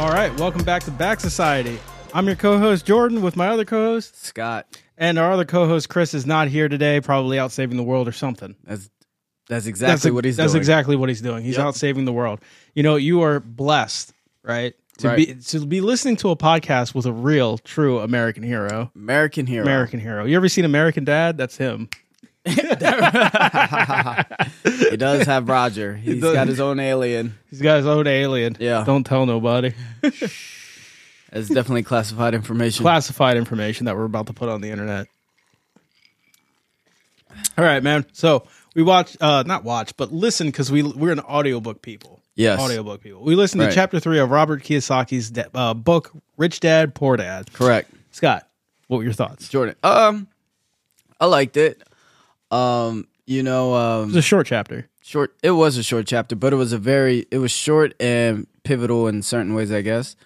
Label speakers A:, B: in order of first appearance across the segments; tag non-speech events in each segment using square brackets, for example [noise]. A: right, welcome back to Back Society. I'm your co-host Jordan with my other co-host,
B: Scott.
A: and our other co-host Chris is not here today, probably out saving the world or something.
B: That's that's exactly
A: a-
B: what he's
A: that's
B: doing.
A: exactly what he's doing. He's out saving the world. You know, you are blessed, right? To
B: Right.
A: be to be listening to a podcast with a real, true American hero.
B: American hero.
A: American hero. You ever seen American Dad? That's him.
B: He does have
A: [laughs]
B: Roger. He's
A: does.
B: got his own alien.
A: He's got his own alien.
B: Yeah.
A: Don't tell nobody.
B: That's definitely classified information.
A: Classified information that we're about to put on the internet. All right, man. So we watch, uh, not watch, but listen because we we're an audiobook people.
B: Yes.
A: audiobook people. We listened to
B: Right.
A: chapter three of Robert Kiyosaki's da- uh, book, Rich Dad Poor Dad.
B: Correct.
A: Scott, what were your thoughts? It
B: Jordan. Um I liked it. Um you know
A: was
B: um
A: a short chapter.
B: short it was a short chapter, but it was a very it was short and pivotal in certain ways, I guess.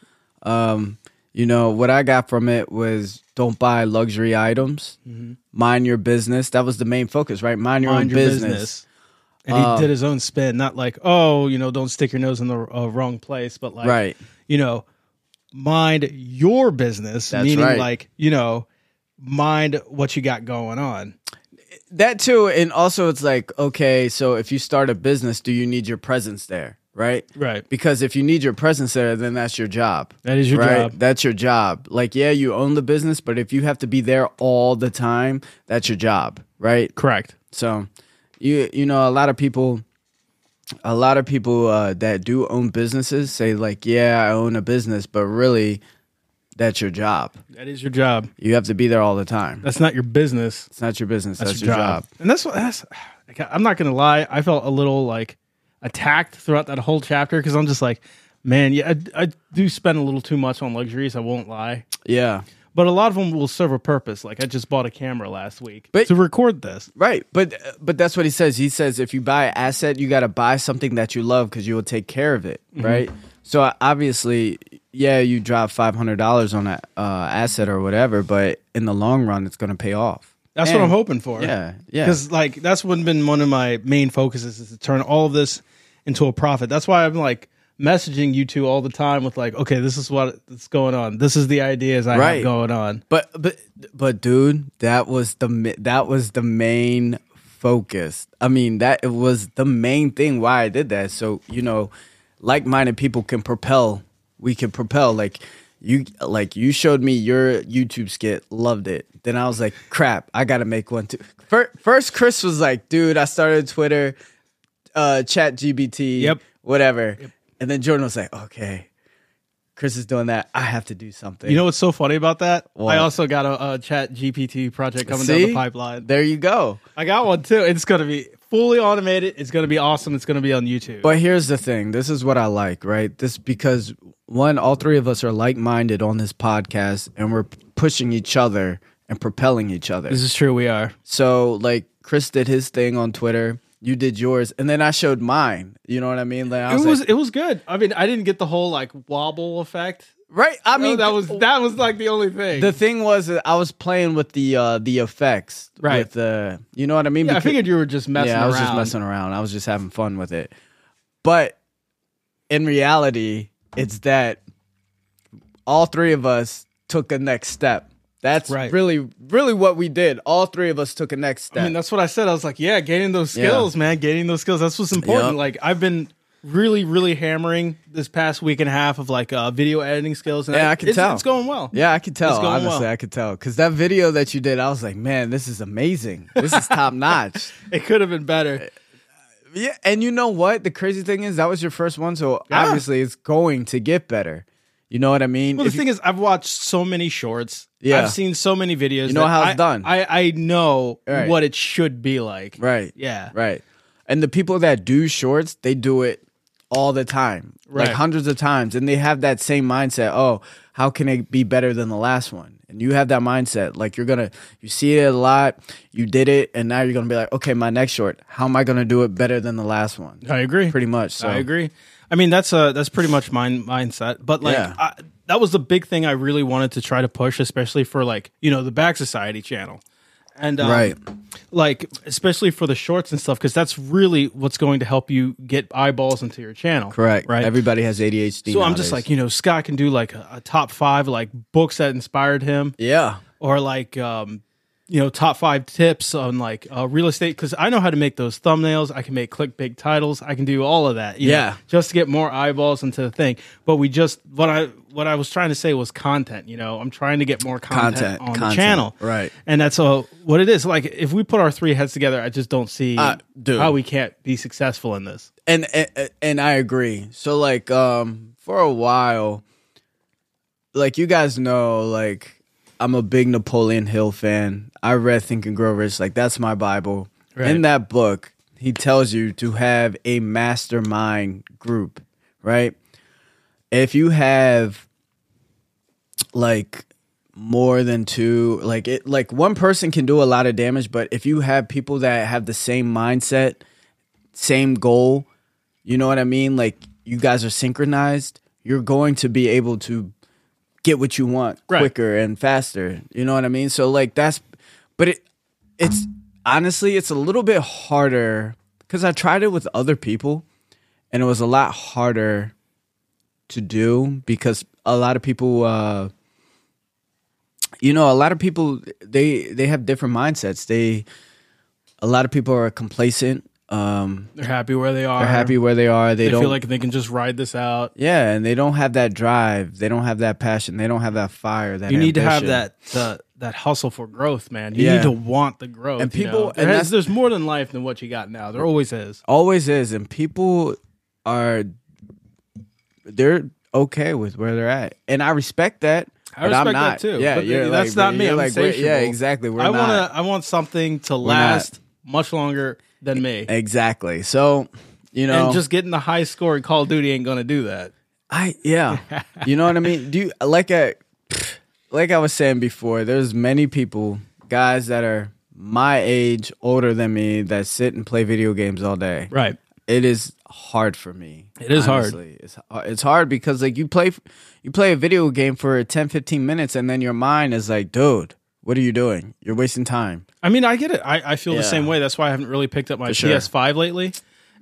B: Um you know what I got from it was don't buy luxury items. Mind your business. That was the main focus, right? Mind your own
A: Mm-hmm. Mind your business.
B: business. Um,
A: And he did his own spin, not like, oh, you know, don't stick your nose in the uh, wrong place, but like,
B: Right.
A: you know, mind your business,
B: That's
A: meaning
B: right.
A: like, you know, mind what you got going on.
B: that too and also it's like okay so if you start a business do you need your presence there right
A: Right.
B: because if you need your presence there then that's your job
A: That is your
B: right
A: job.
B: that's your job like yeah you own the business but if you have to be there all the time that's your job right
A: Correct.
B: so you you know a lot of people a lot of people uh, that do own businesses say like yeah i own a business but really that's your job
A: That is your job.
B: you have to be there all the time
A: That's not your business.
B: it's not your business that's,
A: That's
B: your job.
A: And that's what that's I'm not gonna lie, I felt a little like attacked throughout that whole chapter because I'm just like, man, yeah, I, I do spend a little too much on luxuries, I won't lie.
B: yeah
A: But a lot of them will serve a purpose. Like I just bought a camera last week
B: But-
A: to record this.
B: Right, but but that's what he says. He says if you buy an asset, you got to buy something that you love because you will take care of it,
A: Mm-hmm.
B: right? So uh, obviously, yeah, you drop five hundred dollars on an uh, asset or whatever, but in the long run, it's going to pay off.
A: That's
B: And-
A: what I'm hoping for.
B: Yeah, yeah.
A: Because like that's what been one of my main focuses is to turn all of this into a profit. That's why I'm like messaging you two all the time with like, okay, this is what what's going on. This is the ideas I have
B: Right.
A: going on.
B: But but but dude, that was the mi- that was the main focus. I mean, that it was the main thing why I did that. So you know, like-minded people can propel. We can propel. Like you, like you showed me your YouTube skit, loved it. Then I was like, crap, I gotta make one too. Fir- First, Chris was like, dude, I started Twitter, uh, Chat GBT,
A: Yep.
B: whatever. And then Jordan was like, okay. Chris is doing that. I have to do something.
A: You know what's so funny about that?
B: What?
A: I also got a, a Chat GPT project coming down
B: See?
A: the pipeline.
B: There you go.
A: I got one too. It's gonna be fully automated. It's gonna be awesome. It's gonna be on YouTube.
B: But here's the thing. This is what I like, right? This because one, all three of us are like-minded on this podcast, and we're pushing each other and propelling each other.
A: this is true. We are.
B: So, like, Chris did his thing on Twitter. You did yours, and then I showed mine. You know what I mean? Like, I was,
A: it was
B: like,
A: it was good. I mean, I didn't get the whole like wobble effect.
B: right. I
A: I mean,
B: mean,
A: that was that was like the only thing.
B: the thing was that I was playing with the uh the effects,
A: Right.
B: With the, you know what I mean?
A: yeah, I
B: Because-
A: figured you were just messing
B: yeah, I was
A: around.
B: just messing around. I was just having fun with it. But in reality, it's that all three of us took a next step. That's
A: Right.
B: really, really what we did. All three of us took a next step.
A: I mean, that's what I said. I was like, yeah, gaining those skills, man, gaining those skills. That's what's important.
B: Yep.
A: Like, I've been really, really hammering this past week and a half of like uh, video editing skills. And
B: Yeah, I can
A: it's,
B: tell.
A: it's going well.
B: yeah, I could tell.
A: It's going
B: Honestly,
A: well.
B: I could tell because that video that you did, I was like, man, this is amazing. This
A: [laughs]
B: is top notch.
A: it could have been better.
B: Yeah, and you know what? The crazy thing is that was your first one, so
A: Yeah.
B: obviously it's going to get better. You know what I mean?
A: Well, the
B: If you-
A: thing is, I've watched so many shorts.
B: Yeah.
A: I've seen so many videos.
B: You know
A: that
B: how it's
A: I-
B: done.
A: I I know
B: Right.
A: what it should be like.
B: right?
A: Yeah.
B: Right. And the people that do shorts, they do it all the time,
A: Right.
B: like hundreds of times. And they have that same mindset oh, how can it be better than the last one? And you have that mindset. Like you're going to, you see it a lot, you did it, and now you're going to be like, okay, my next short, how am I going to do it better than the last one?
A: I agree.
B: Pretty much. So.
A: I agree. I mean, that's a that's pretty much my mindset. But like,
B: Yeah.
A: I, that was the big thing I really wanted to try to push, especially for like you know the Back Society channel. and um,
B: Right.
A: like especially for the shorts and stuff because that's really what's going to help you get eyeballs into your channel
B: Correct.
A: right
B: Everybody has ADHD.
A: so i'm just
B: nowadays.
A: like you know scott can do like a, a top five like books that inspired him
B: yeah.
A: or like um you know top five tips on like uh, real estate because i know how to make those thumbnails i can make clickbait titles i can do all of that you know,
B: Yeah.
A: just to get more eyeballs into the thing but we just what i what i was trying to say was content you know i'm trying to get more content,
B: Content,
A: on the
B: content,
A: channel
B: right.
A: and that's uh, what it is like if we put our three heads together i just don't see
B: Uh, dude.
A: how we can't be successful in this
B: and and and I agree. So like um for a while like you guys know like I'm a big Napoleon Hill fan. I read Think and Grow Rich like that's my bible.
A: Right.
B: In that book, he tells you to have a mastermind group, right? If you have like more than two like it like one person can do a lot of damage but if you have people that have the same mindset same goal you know what i mean like you guys are synchronized you're going to be able to get what you want
A: Right.
B: quicker and faster you know what i mean so like that's but it it's honestly it's a little bit harder because i tried it with other people and it was a lot harder to do because a lot of people uh you know a lot of people they they have different mindsets they a lot of people are complacent um
A: they're happy where they are
B: they're happy where they are they,
A: they
B: don't
A: feel like they can just ride this out
B: yeah and they don't have that drive they don't have that passion they don't have that fire that
A: you need to have
B: ambition.
A: that uh, that hustle for growth, man. You
B: Yeah.
A: need to want the growth.
B: And
A: you know?
B: people-
A: There
B: and
A: has-
B: that's-
A: there's more than life than what you got now. There always is.
B: always is and people are they're okay with where they're at and i respect that
A: I
B: but
A: respect
B: I'm
A: that
B: not.
A: too,
B: yeah
A: but
B: you're
A: that's
B: like-
A: not me.
B: you're
A: I'm
B: like, we're- yeah
A: insatiable.
B: exactly we're
A: I
B: not
A: want to. I want something to
B: not.
A: last much longer than me.
B: exactly so you know
A: And just getting the high score in Call of Duty ain't gonna do that.
B: I yeah. you know what I mean? Do you like I like I was saying before, there's many people, guys that are my age, older than me, that sit and play video games all day.
A: Right.
B: It is hard for me.
A: It is hard.
B: hard. It's har- it's hard because like you play you play a video game for 10 15 minutes and then your mind is like, "Dude, what are you doing? You're wasting time."
A: I mean, I get it. I, I feel
B: Yeah.
A: the same way. That's why I haven't really picked up my
B: sure.
A: PS5 lately.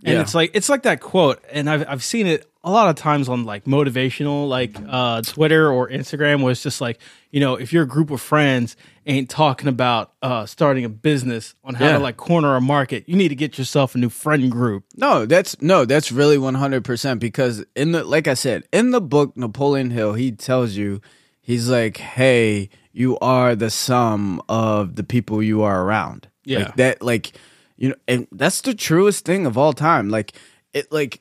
A: And
B: Yeah.
A: it's like it's like that quote, and I've I've seen it a lot of times on like motivational like uh, Twitter or Instagram, where it's just like you know if your group of friends ain't talking about uh, starting a business on how
B: Yeah.
A: to like corner a market, you need to get yourself a new friend group.
B: No, that's no, that's really one hundred percent because in the like I said in the book Napoleon Hill, he tells you, he's like, hey, you are the sum of the people you are around.
A: Yeah.
B: like that, like you know, and that's the truest thing of all time. Like it, like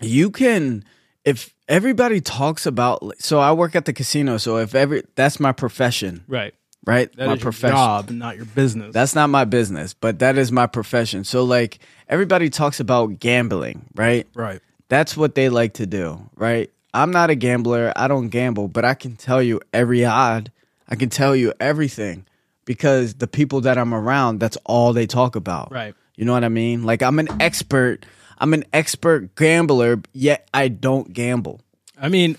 B: you can if everybody talks about. So I work at the casino, so if every that's my profession,
A: Right.
B: right?
A: That
B: my
A: is your job, not your business.
B: that's not my business, but that is my profession. So like everybody talks about gambling, right?
A: right.
B: That's what they like to do, right? I'm not a gambler. I don't gamble, but I can tell you every odd. I can tell you everything because the people that I'm around, that's all they talk about.
A: Right.
B: You know what I mean? Like I'm an expert. I'm an expert gambler, yet I don't gamble.
A: I mean,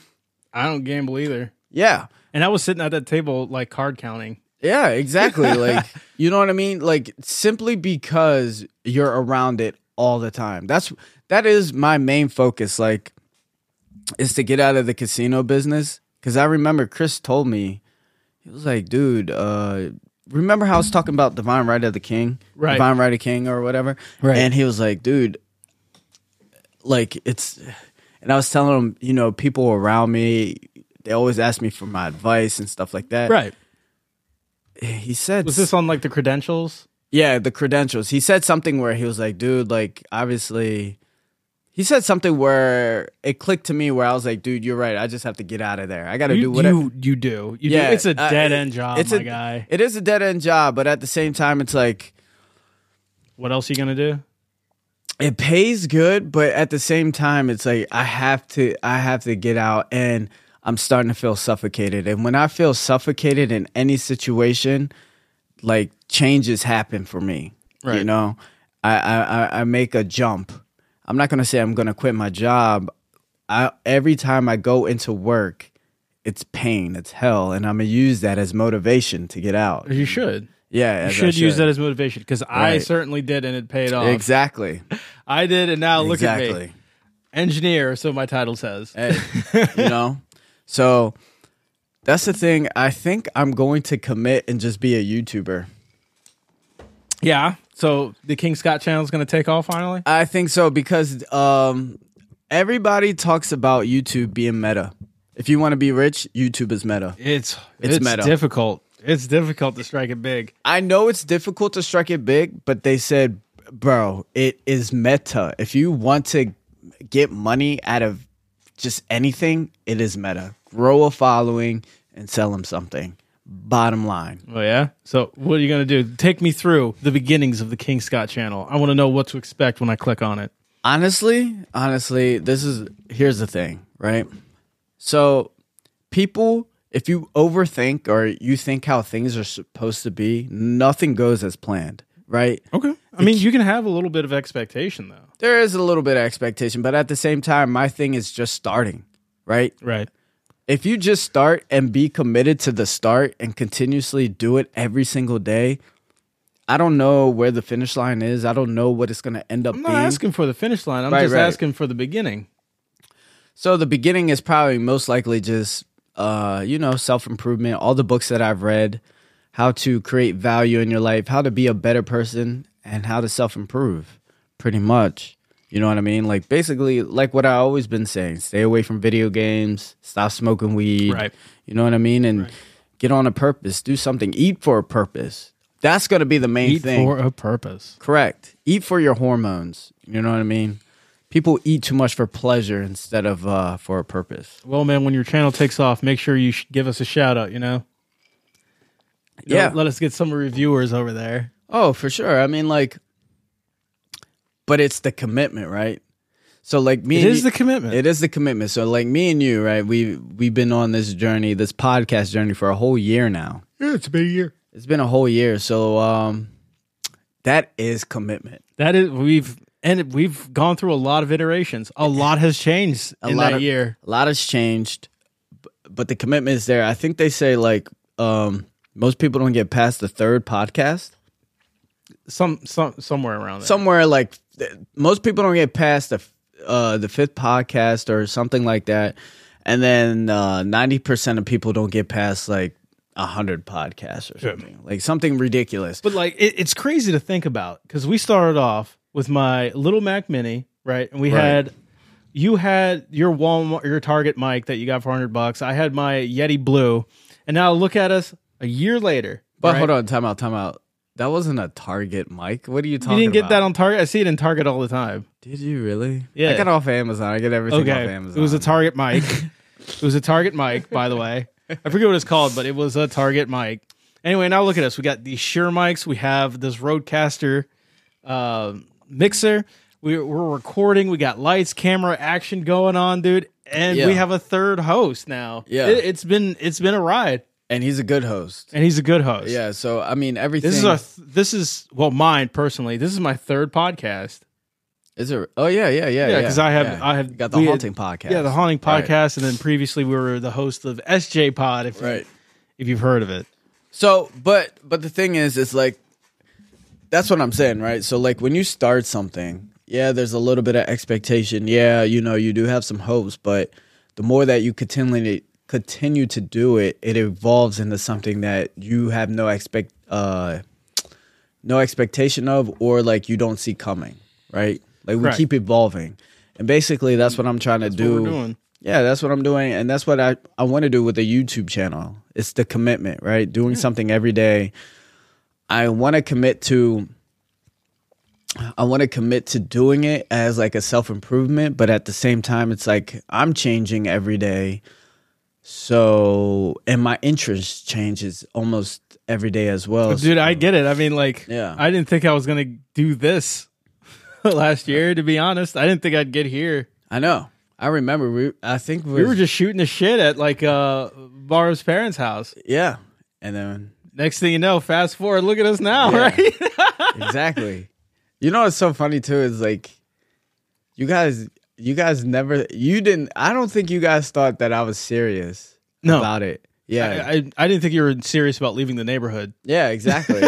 A: I don't gamble either,
B: Yeah.
A: and I was sitting at that table like card counting.
B: Yeah,
A: [laughs]
B: exactly. like, you know what I mean? Like simply because you're around it all the time. That's that is my main focus like is to get out of the casino business cuz I remember Chris told me he was like, "Dude, uh remember how I was talking about Divine Right of the King?
A: Right.
B: Divine Right of King or whatever?"
A: Right.
B: And he was like, "Dude, like it's and I was telling him, you know, people around me they always ask me for my advice and stuff like that.
A: Right.
B: He said
A: Was this on like the credentials?
B: yeah, the credentials. He said something where he was like, dude, like obviously he said something where it clicked to me where I was like, dude, you're right. I just have to get out of there. I gotta do
A: You,
B: whatever.
A: you you do. You
B: yeah,
A: do. It's a
B: uh,
A: dead
B: it-
A: end job,
B: it's
A: my
B: a,
A: guy.
B: It is a dead end job, but at the same time, it's like
A: What else you gonna do?
B: it pays good, but at the same time, it's like I have to I have to get out and I'm starting to feel suffocated. And when I feel suffocated in any situation, like changes happen for me. You
A: Right.
B: know? I, I, I- I make a jump. I'm not gonna say I'm gonna quit my job. I every time I go into work, it's pain, it's hell, and I'm gonna use that as motivation to get out.
A: You should.
B: Yeah,
A: You
B: as I
A: should use that as motivation because I
B: Right.
A: certainly did and it paid off.
B: Exactly.
A: I did and now look
B: exactly. Eh.
A: at me. Engineer, so my title says.
B: Hey, you know? So that's the thing. I think I'm going to commit and just be a YouTuber.
A: Yeah. So the King Scott channel is going to take off finally.
B: I think so because um, everybody talks about YouTube being meta. If you want to be rich, YouTube is meta.
A: It's it's,
B: It's meta.
A: difficult. It's difficult to strike it big.
B: I know it's difficult to strike it big, but they said, bro, it is meta. If you want to get money out of just anything, it is meta. Grow a following and sell them something. Bottom line.
A: Oh yeah. So what are you going to do? Take me through the beginnings of the King Scott channel. I want to know what to expect when I click on it.
B: honestly honestly this is here's the thing right so people if you overthink or you think how things are supposed to be nothing goes as planned right
A: Okay. I mean, you can have a little bit of expectation though.
B: there is a little bit of expectation but at the same time my thing is just starting right
A: Right.
B: if you just start and be committed to the start and continuously do it every single day i don't know where the finish line is i don't know what it's going to end up
A: I'm not
B: being
A: asking for the finish line. I'm
B: Right,
A: just
B: right.
A: asking for the beginning.
B: So the beginning is probably most likely just uh, you know, self-improvement, all the books that I've read, how to create value in your life, how to be a better person and how to self-improve pretty much. You know what I mean? Like basically like what I always been saying, stay away from video games, stop smoking weed.
A: Right.
B: You know what I mean? And get on a purpose, do something, eat for a purpose. That's going to be the main
A: Eat
B: thing.
A: for a purpose.
B: Correct. Eat for your hormones. You know what I mean? People eat too much for pleasure instead of uh, for a purpose.
A: Well, man, when your channel takes off, make sure you sh- give us a shout out. You know. You know,
B: Yeah.
A: Let us get some reviewers over there.
B: Oh, for sure. I mean, like, but it's the commitment, right? So, like me,
A: It
B: and
A: is
B: you-
A: the commitment.
B: it is the commitment. So, like me and you, right? We we've been on this journey, this podcast journey, for a whole year now.
A: yeah, it's been a year.
B: It's been a whole year. So, um, that is commitment.
A: That is, we've and we've gone through a lot of iterations. A lot has changed
B: A
A: in
B: lot
A: that
B: of-
A: year.
B: a lot has changed b- but the commitment is there i think they say like um most people don't get past the third podcast
A: Some, some, somewhere around there.
B: somewhere like th- most people don't get past the f- uh the fifth podcast or something like that and then uh 90% of people don't get past like 100 podcasts or something like something ridiculous
A: but like, it, it's crazy to think about because we started off with my little Mac Mini, right? And we
B: Right.
A: had, you had your Walmart, your Target mic that you got for hundred bucks. I had my Yeti Blue, and now look at us a year later.
B: but
A: right?
B: hold on time out time out that wasn't a target mic what are you talking
A: you didn't
B: about
A: get that on Target. I see it in Target all the time.
B: did you really
A: Yeah.
B: i got off amazon i get everything off
A: Okay,
B: amazon
A: it was a Target
B: [laughs]
A: mic. it was a Target mic, by the way. I forget what it's called, but it was a Target mic. Anyway, now look at us. We got these Shure mics. We have this Rodecaster uh, mixer. We, we're recording. We got lights, camera, action going on, dude. And
B: Yeah.
A: we have a third host now.
B: Yeah.
A: it, it's been it's been a ride,
B: and he's a good host
A: and he's a good host.
B: Yeah, so I mean everything
A: This is our th- this is well mine personally. This is my third podcast.
B: is it oh yeah, yeah, yeah.
A: Yeah, 'cause I have-
B: yeah.
A: I have-
B: You got the
A: we had-
B: haunting podcast.
A: Yeah, the Haunting
B: Right.
A: Podcast, and then previously we were the host of SJ Pod. If
B: Right.
A: if you've heard of it,
B: So but but the thing is it's like that's what I'm saying, right? So like when you start something, yeah, there's a little bit of expectation. Yeah, you know, you do have some hopes, but the more that you continually continue to do it, it evolves into something that you have no expect uh no expectation of or like you don't see coming, right? Like we
A: Right.
B: keep evolving. And basically that's what I'm trying to
A: what
B: do.
A: we're doing.
B: Yeah, that's what I'm doing. And that's what I, I want to do with the YouTube channel. It's the commitment, right? Doing something every day. I want to commit to I want to commit to doing it as like a self-improvement, but at the same time it's like I'm changing every day. So, and my interest changes almost every day as well.
A: dude, I get it. I mean, like,
B: Yeah.
A: I didn't think I was gonna do this [laughs] last year. To be honest, I didn't think I'd get here.
B: I know. I remember we I think
A: We were just shooting the shit at like uh Barb's parents' house.
B: yeah. And then
A: Next thing you know, fast forward, look at us now, right? [laughs]
B: exactly. You know what's so funny too is like, you guys, you guys never, you didn't. I don't think you guys thought that I was serious
A: No.
B: about it. Yeah.
A: I, I, I didn't think you were serious about leaving the neighborhood.
B: yeah, [laughs] exactly.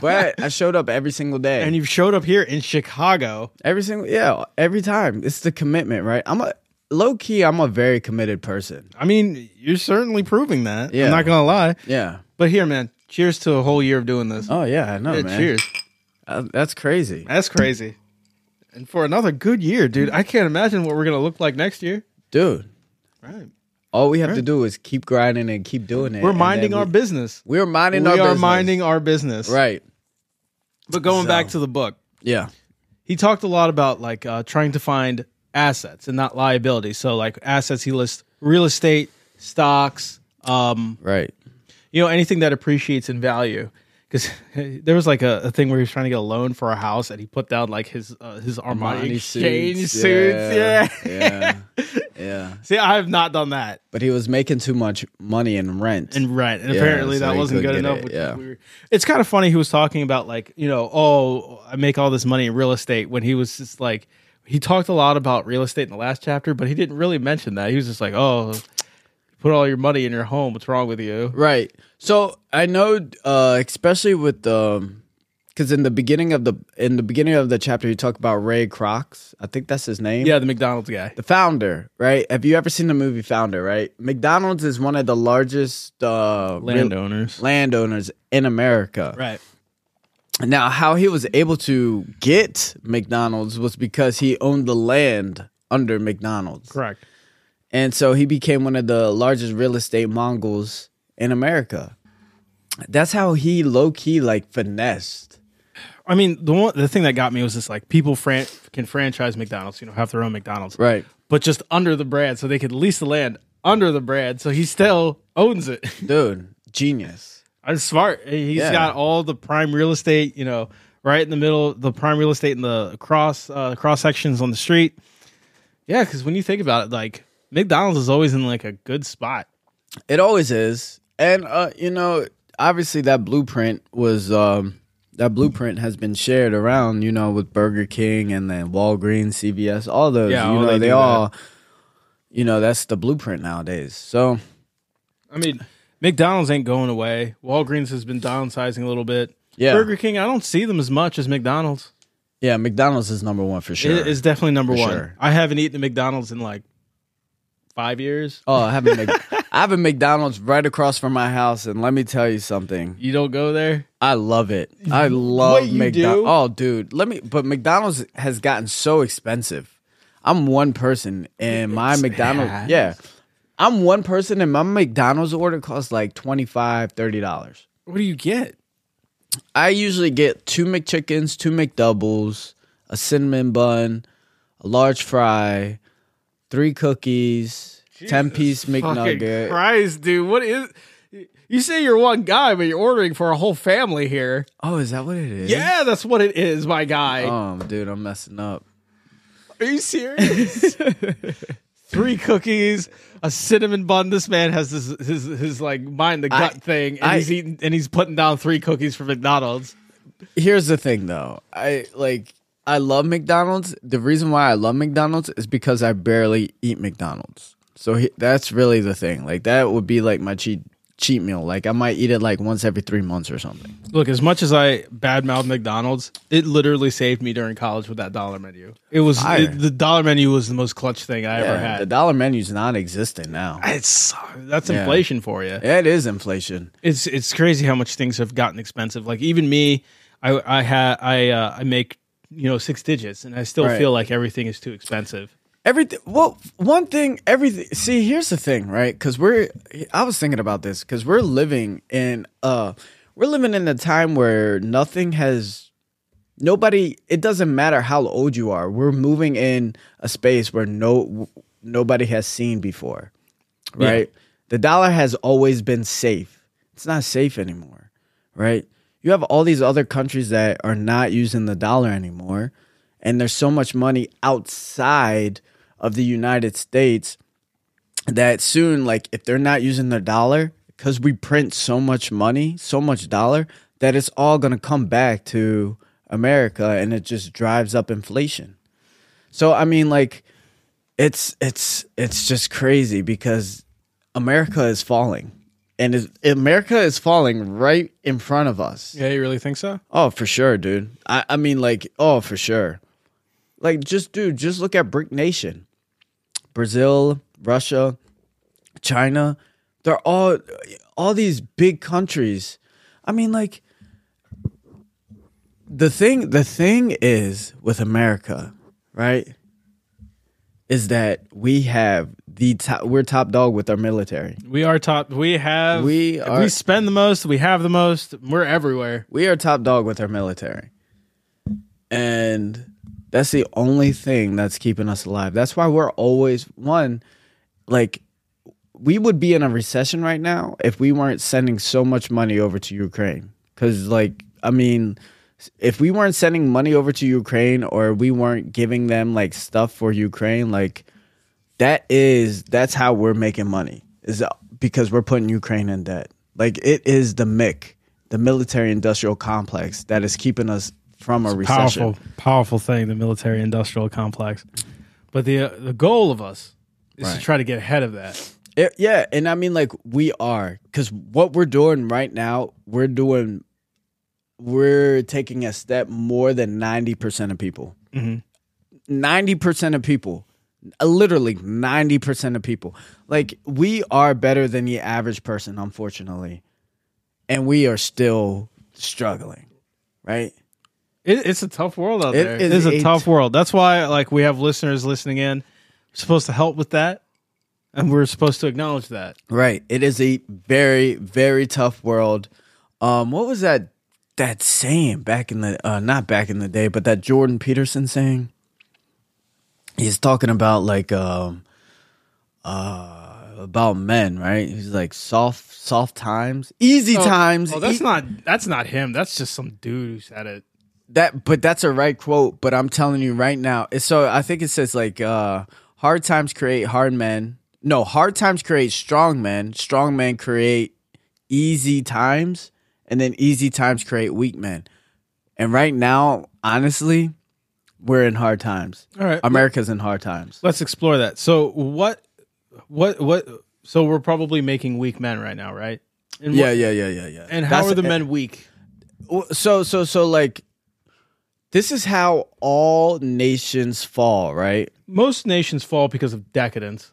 B: but I showed up every single day.
A: And you've showed up here in Chicago.
B: Every single yeah, every time. It's the commitment, right? I'm a low key, I'm a very committed person.
A: I mean, you're certainly proving that.
B: Yeah.
A: I'm not gonna lie.
B: Yeah.
A: But here, man, cheers to a whole year of doing this.
B: Oh yeah, I know,
A: Yeah,
B: man.
A: cheers.
B: Uh, that's crazy.
A: That's crazy. And for another good year, dude, I can't imagine what we're gonna look like next year.
B: Dude,
A: Right.
B: all we have to do is keep grinding and keep doing it.
A: We're
B: and
A: minding
B: then
A: our
B: we,
A: business.
B: We're minding
A: we
B: our
A: are
B: business.
A: minding our business.
B: Right.
A: But going
B: So-
A: back to the book,
B: Yeah.
A: he talked a lot about like uh, trying to find assets and not liabilities. So like assets, he lists real estate, stocks, um,
B: Right.
A: you know, anything that appreciates in value. Because [laughs] there was like a, a thing where he was trying to get a loan for a house, and he put down like his uh, his Armani,
B: Money
A: exchange suits. Yeah. [laughs]
B: Yeah. yeah.
A: See, I have not done that.
B: But he was making too much money in rent.
A: And right, and
B: Yeah,
A: apparently
B: so
A: that
B: he
A: wasn't
B: couldn't
A: good
B: get
A: enough.
B: it,
A: which
B: yeah.
A: is weird. It's kind of funny. He was talking about like you know, oh, I make all this money in real estate when he was just like he talked a lot about real estate in the last chapter, but he didn't really mention that. He was just like, oh, put all your money in your home. What's wrong with you?
B: Right. So I know, uh, especially with the, because in the beginning of the in the beginning of the chapter, you talk about Ray Crocs. I think that's his name.
A: Yeah, the McDonald's guy.
B: The founder, right? Have you ever seen the movie Founder? Right. McDonald's is one of the largest uh, real-
A: Landowners.
B: landowners in America.
A: Right.
B: Now, how he was able to get McDonald's was because he owned the land under McDonald's.
A: Correct.
B: And so he became one of the largest real estate mongols in America. That's how he low key like finessed.
A: I mean, the one the thing that got me was just like people fran- can franchise McDonald's, you know, have their own McDonald's,
B: Right.
A: But just under the brand, so they could lease the land under the brand, so he still owns it.
B: Dude, genius.
A: I'm smart. He's
B: Yeah.
A: got all the prime real estate, you know, right in the middle, the prime real estate in the cross uh, cross sections on the street. Yeah, because when you think about it, like McDonald's is always in like a good spot.
B: It always is. And uh, you know, obviously that blueprint was um that blueprint has been shared around, you know, with Burger King and then Walgreens, CVS, all those.
A: Yeah,
B: you
A: all
B: know,
A: they
B: they,
A: do that.
B: all you know, that's the blueprint nowadays. So
A: I mean, McDonald's ain't going away. Walgreens has been downsizing a little bit.
B: Yeah.
A: Burger King, I don't see them as much as McDonald's.
B: yeah, McDonald's is number one for sure.
A: It is definitely number
B: For
A: one.
B: sure.
A: I haven't eaten at McDonald's in like five years.
B: Oh, I have a Mc- I have a McDonald's right across from my house, and let me tell you something.
A: You don't go there.
B: I love it. I love
A: you do?
B: McDonald's. Oh, dude, let me. But McDonald's has gotten so expensive. I'm one person, and my
A: has.
B: McDonald's. Yeah, I'm one person, and my McDonald's order costs like 25 30 dollars.
A: What do you get?
B: I usually get two McChickens, two McDoubles, a cinnamon bun, a large fry, three cookies, ten piece
A: Fucking
B: McNugget.
A: Christ, dude. What is. You say you're one guy, but you're ordering for a whole family here.
B: Oh, is that what it is?
A: Yeah, Oh. that's what it is, my guy.
B: Um, dude, I'm messing up.
A: Are you [laughs] serious? Three cookies, a cinnamon bun. This man has this his his like mind the gut
B: I-
A: thing, and
B: I-
A: he's eating and he's putting down three cookies for McDonald's.
B: Here's the thing, though. I like I love McDonald's. The reason why I love McDonald's is because I barely eat McDonald's. So he, that's really the thing. Like that would be like my cheat cheat meal. Like I might eat it like once every three months or something.
A: Look, as much as I badmouth McDonald's, it literally saved me during college with that dollar menu. It was
B: Fire.
A: it- the dollar menu was the most clutch thing I ever
B: the
A: had.
B: dollar menu's non-existent now.
A: It's that's inflation for you.
B: It is inflation.
A: it's it's crazy how much things have gotten expensive. Like even me, I I ha I uh, I make you know six digits, and I still
B: Right.
A: feel like everything is too expensive.
B: Everything. Well, one thing. Everything. See, here's the thing, right? Because we're. I was thinking about this because we're living in. Uh, we're living in a time where nothing has. Nobody. It doesn't matter how old you are. We're moving in a space where no nobody has seen before, right? The dollar has always been safe. It's not safe anymore, right? You have all these other countries that are not using the dollar anymore, and there's so much money outside of the United States that soon, like, if they're not using their dollar, because we print so much money, so much dollar, that it's all gonna come back to America and it just drives up inflation. So, I mean, like, it's it's it's just crazy because America is falling and is, America is falling right in front of us.
C: Yeah, you really think so?
B: Oh, for sure, dude. I, I mean, like, oh, for sure. Like, just, dude, just look at Brick Nation. Brazil, Russia, China. They're all, all these big countries. I mean, like, the thing, the thing is with America, right? Is that we have the top, we're top dog with our military.
A: We are top. We have.
B: We are-
A: We spend the most. We have the most. We're everywhere.
B: we are top dog with our military. And that's the only thing that's keeping us alive. That's why we're always one like we would be in a recession right now if we weren't sending so much money over to Ukraine. Cuz like I mean if we weren't sending money over to Ukraine or we weren't giving them like stuff for Ukraine like that is that's how we're making money is uh, because we're putting Ukraine in debt. Like it is the MIC, the military industrial complex that is keeping us from a recession.
A: Powerful, powerful thing. The military-industrial complex. But the uh, the goal of us is to
B: Right.
A: try to get ahead of that.
B: It- Eh, yeah, and I mean like we are cuz what we're doing right now, we're doing we're taking a step more than 90% of people. 90% of people uh, literally 90% of people like we are better than the average person unfortunately and we are still struggling right
A: It, it's a tough world out
B: It
A: there.
B: is
A: it is a
B: a
A: tough world. That's why, like, we have listeners listening in. We're supposed to help with that, and we're supposed to acknowledge that.
B: right it is a very very tough world um what was that that saying back in the uh not back in the day but that jordan peterson saying he's talking about like um uh about men right he's like soft soft times easy times
A: Oh, that's
B: e-
A: not. That's not him. That's just some dude who said it.
B: that but that's a right quote but i'm telling you right now it's- so i think it says like uh hard times create hard men no hard times create strong men strong men create easy times and then easy times create weak men and right now honestly we're in hard times
A: All right.
B: america's in hard times
A: Let's explore that. So what what what so we're probably making weak men right now, right? And
B: yeah
A: what-
B: yeah yeah yeah yeah
A: and how
B: That's-
A: are the men weak?
B: Well, so so so like this is how all nations fall right
A: Most nations fall because of decadence.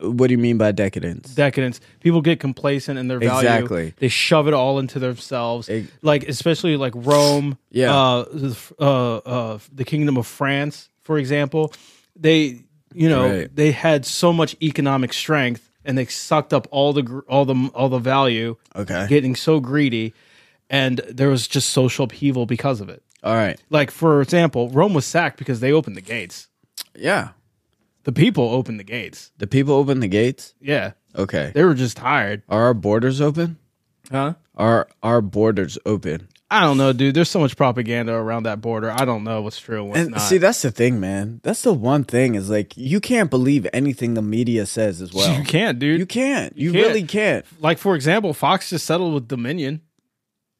B: what do you mean by decadence
A: Decadence. People get complacent in their value.
B: Exactly.
A: They shove it all into themselves.
B: Ex-
A: like especially like Rome,
B: Yeah.
A: uh, the- uh, uh, the Kingdom of France, for example. They you know
B: Right.
A: they had so much economic strength and they sucked up all the gr- all the all the value.
B: Okay.
A: getting so greedy and there was just social upheaval because of it.
B: All right.
A: Like for example, Rome was sacked because they opened the gates.
B: Yeah.
A: The people opened the gates.
B: The people open the gates.
A: Yeah.
B: Okay.
A: They were just tired.
B: Are our borders open?
A: Huh?
B: Are our borders open?
A: I don't know, dude. There's so much propaganda around that border. I don't know what's true and what's
B: And
A: not.
B: see, that's the thing, man. That's the one thing is like you can't believe anything the media says as well.
A: you can't, dude.
B: You can't. You,
A: can't.
B: really can't,
A: like for example, Fox just settled with Dominion.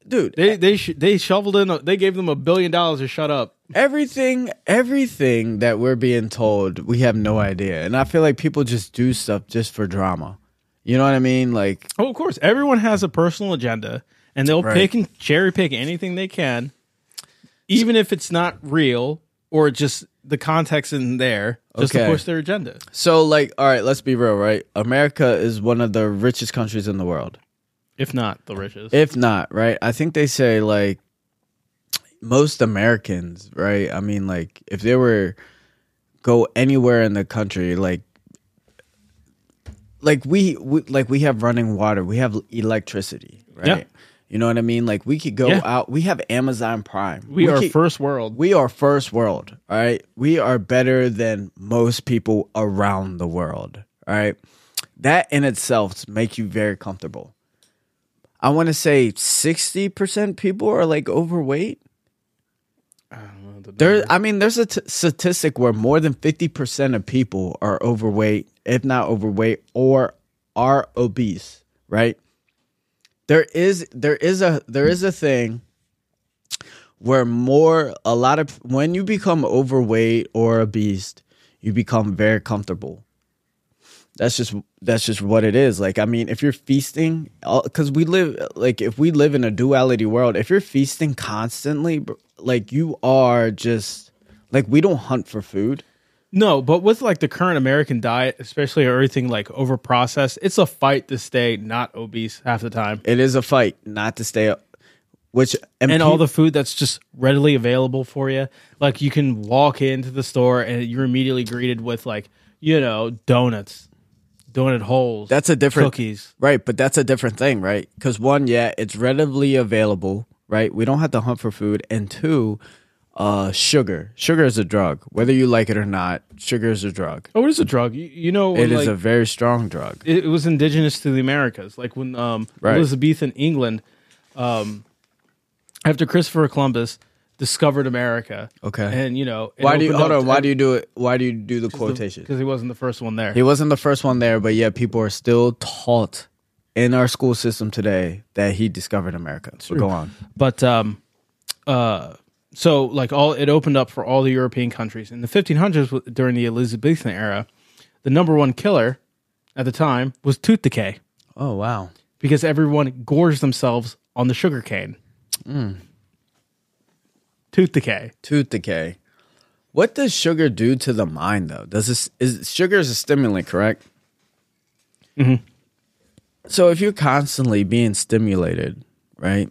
B: dude.
A: They they sh- they shoveled in. A, they gave them a billion dollars to shut up.
B: everything, everything that we're being told, we have no idea. And I feel like people just do stuff just for drama. You know what I mean? Like,
A: Oh, of course, everyone has a personal agenda, and they'll
B: Right.
A: pick and cherry pick anything they can, even if it's not real or just the context in there, just to
B: Okay.
A: push their agenda.
B: so, like, all right, let's be real, right? America is one of the richest countries in the world.
A: If not the richest,
B: If not, right? I think they say like most Americans, right? I mean, like if they were go anywhere in the country, like like we, we like we have running water, we have electricity, right?
A: Yeah.
B: You know what I mean? Like we could go
A: Yeah.
B: out. We have Amazon Prime.
A: we, are
B: could-
A: first world.
B: we are first world, all right? We are better than most people around the world, all right? That in itself makes you very comfortable. I want to say 60% people are like overweight.
A: Uh,
B: There I mean there's a t- statistic where more than 50% of people are overweight, if not overweight or are obese, right? There is there is a there is a thing where more a lot of when you become overweight or obese, you become very comfortable. that's just that's just what it is like i mean if you're feasting because we live like if we live in a duality world if you're feasting constantly br- like you are just like we don't hunt for food
A: No, but with like the current American diet, especially everything like over processed, it's a fight to stay not obese half the time.
B: it is a fight not to stay up which
A: And all
B: peop-
A: the food that's just readily available for you. Like you can walk into the store and you're immediately greeted with like, you know, donuts, donut holes.
B: that's a different
A: cookies.
B: Right, but that's a different thing, right? Because one, yeah, it's readily available, right? We don't have to hunt for food, and two, uh, sugar. Sugar is a drug, whether you like it or not. Sugar is a drug.
A: Oh, it is a drug. You, you know,
B: It is
A: like,
B: a very strong drug.
A: it, it was indigenous to the Americas. Like when um,
B: Right.
A: Elizabethan England, um, after Christopher Columbus discovered America.
B: Okay.
A: and you know
B: Why do you hold on? Why do you do it? Why do you do the quotation?
A: Because he wasn't the first one there.
B: He wasn't the first one there, but yeah, people are still taught in our school system today that he discovered America. So go on.
A: But um, uh, so like all it opened up for all the European countries in the 1500s w- during the Elizabethan era. The number one killer at the time was tooth decay
B: Oh wow.
A: because everyone gorged themselves on the sugar cane.
B: Mm.
A: Tooth decay.
B: tooth decay. What does sugar do to the mind, though? Does this is sugar is a stimulant, correct? Mm-hmm. So if you're constantly being stimulated, right?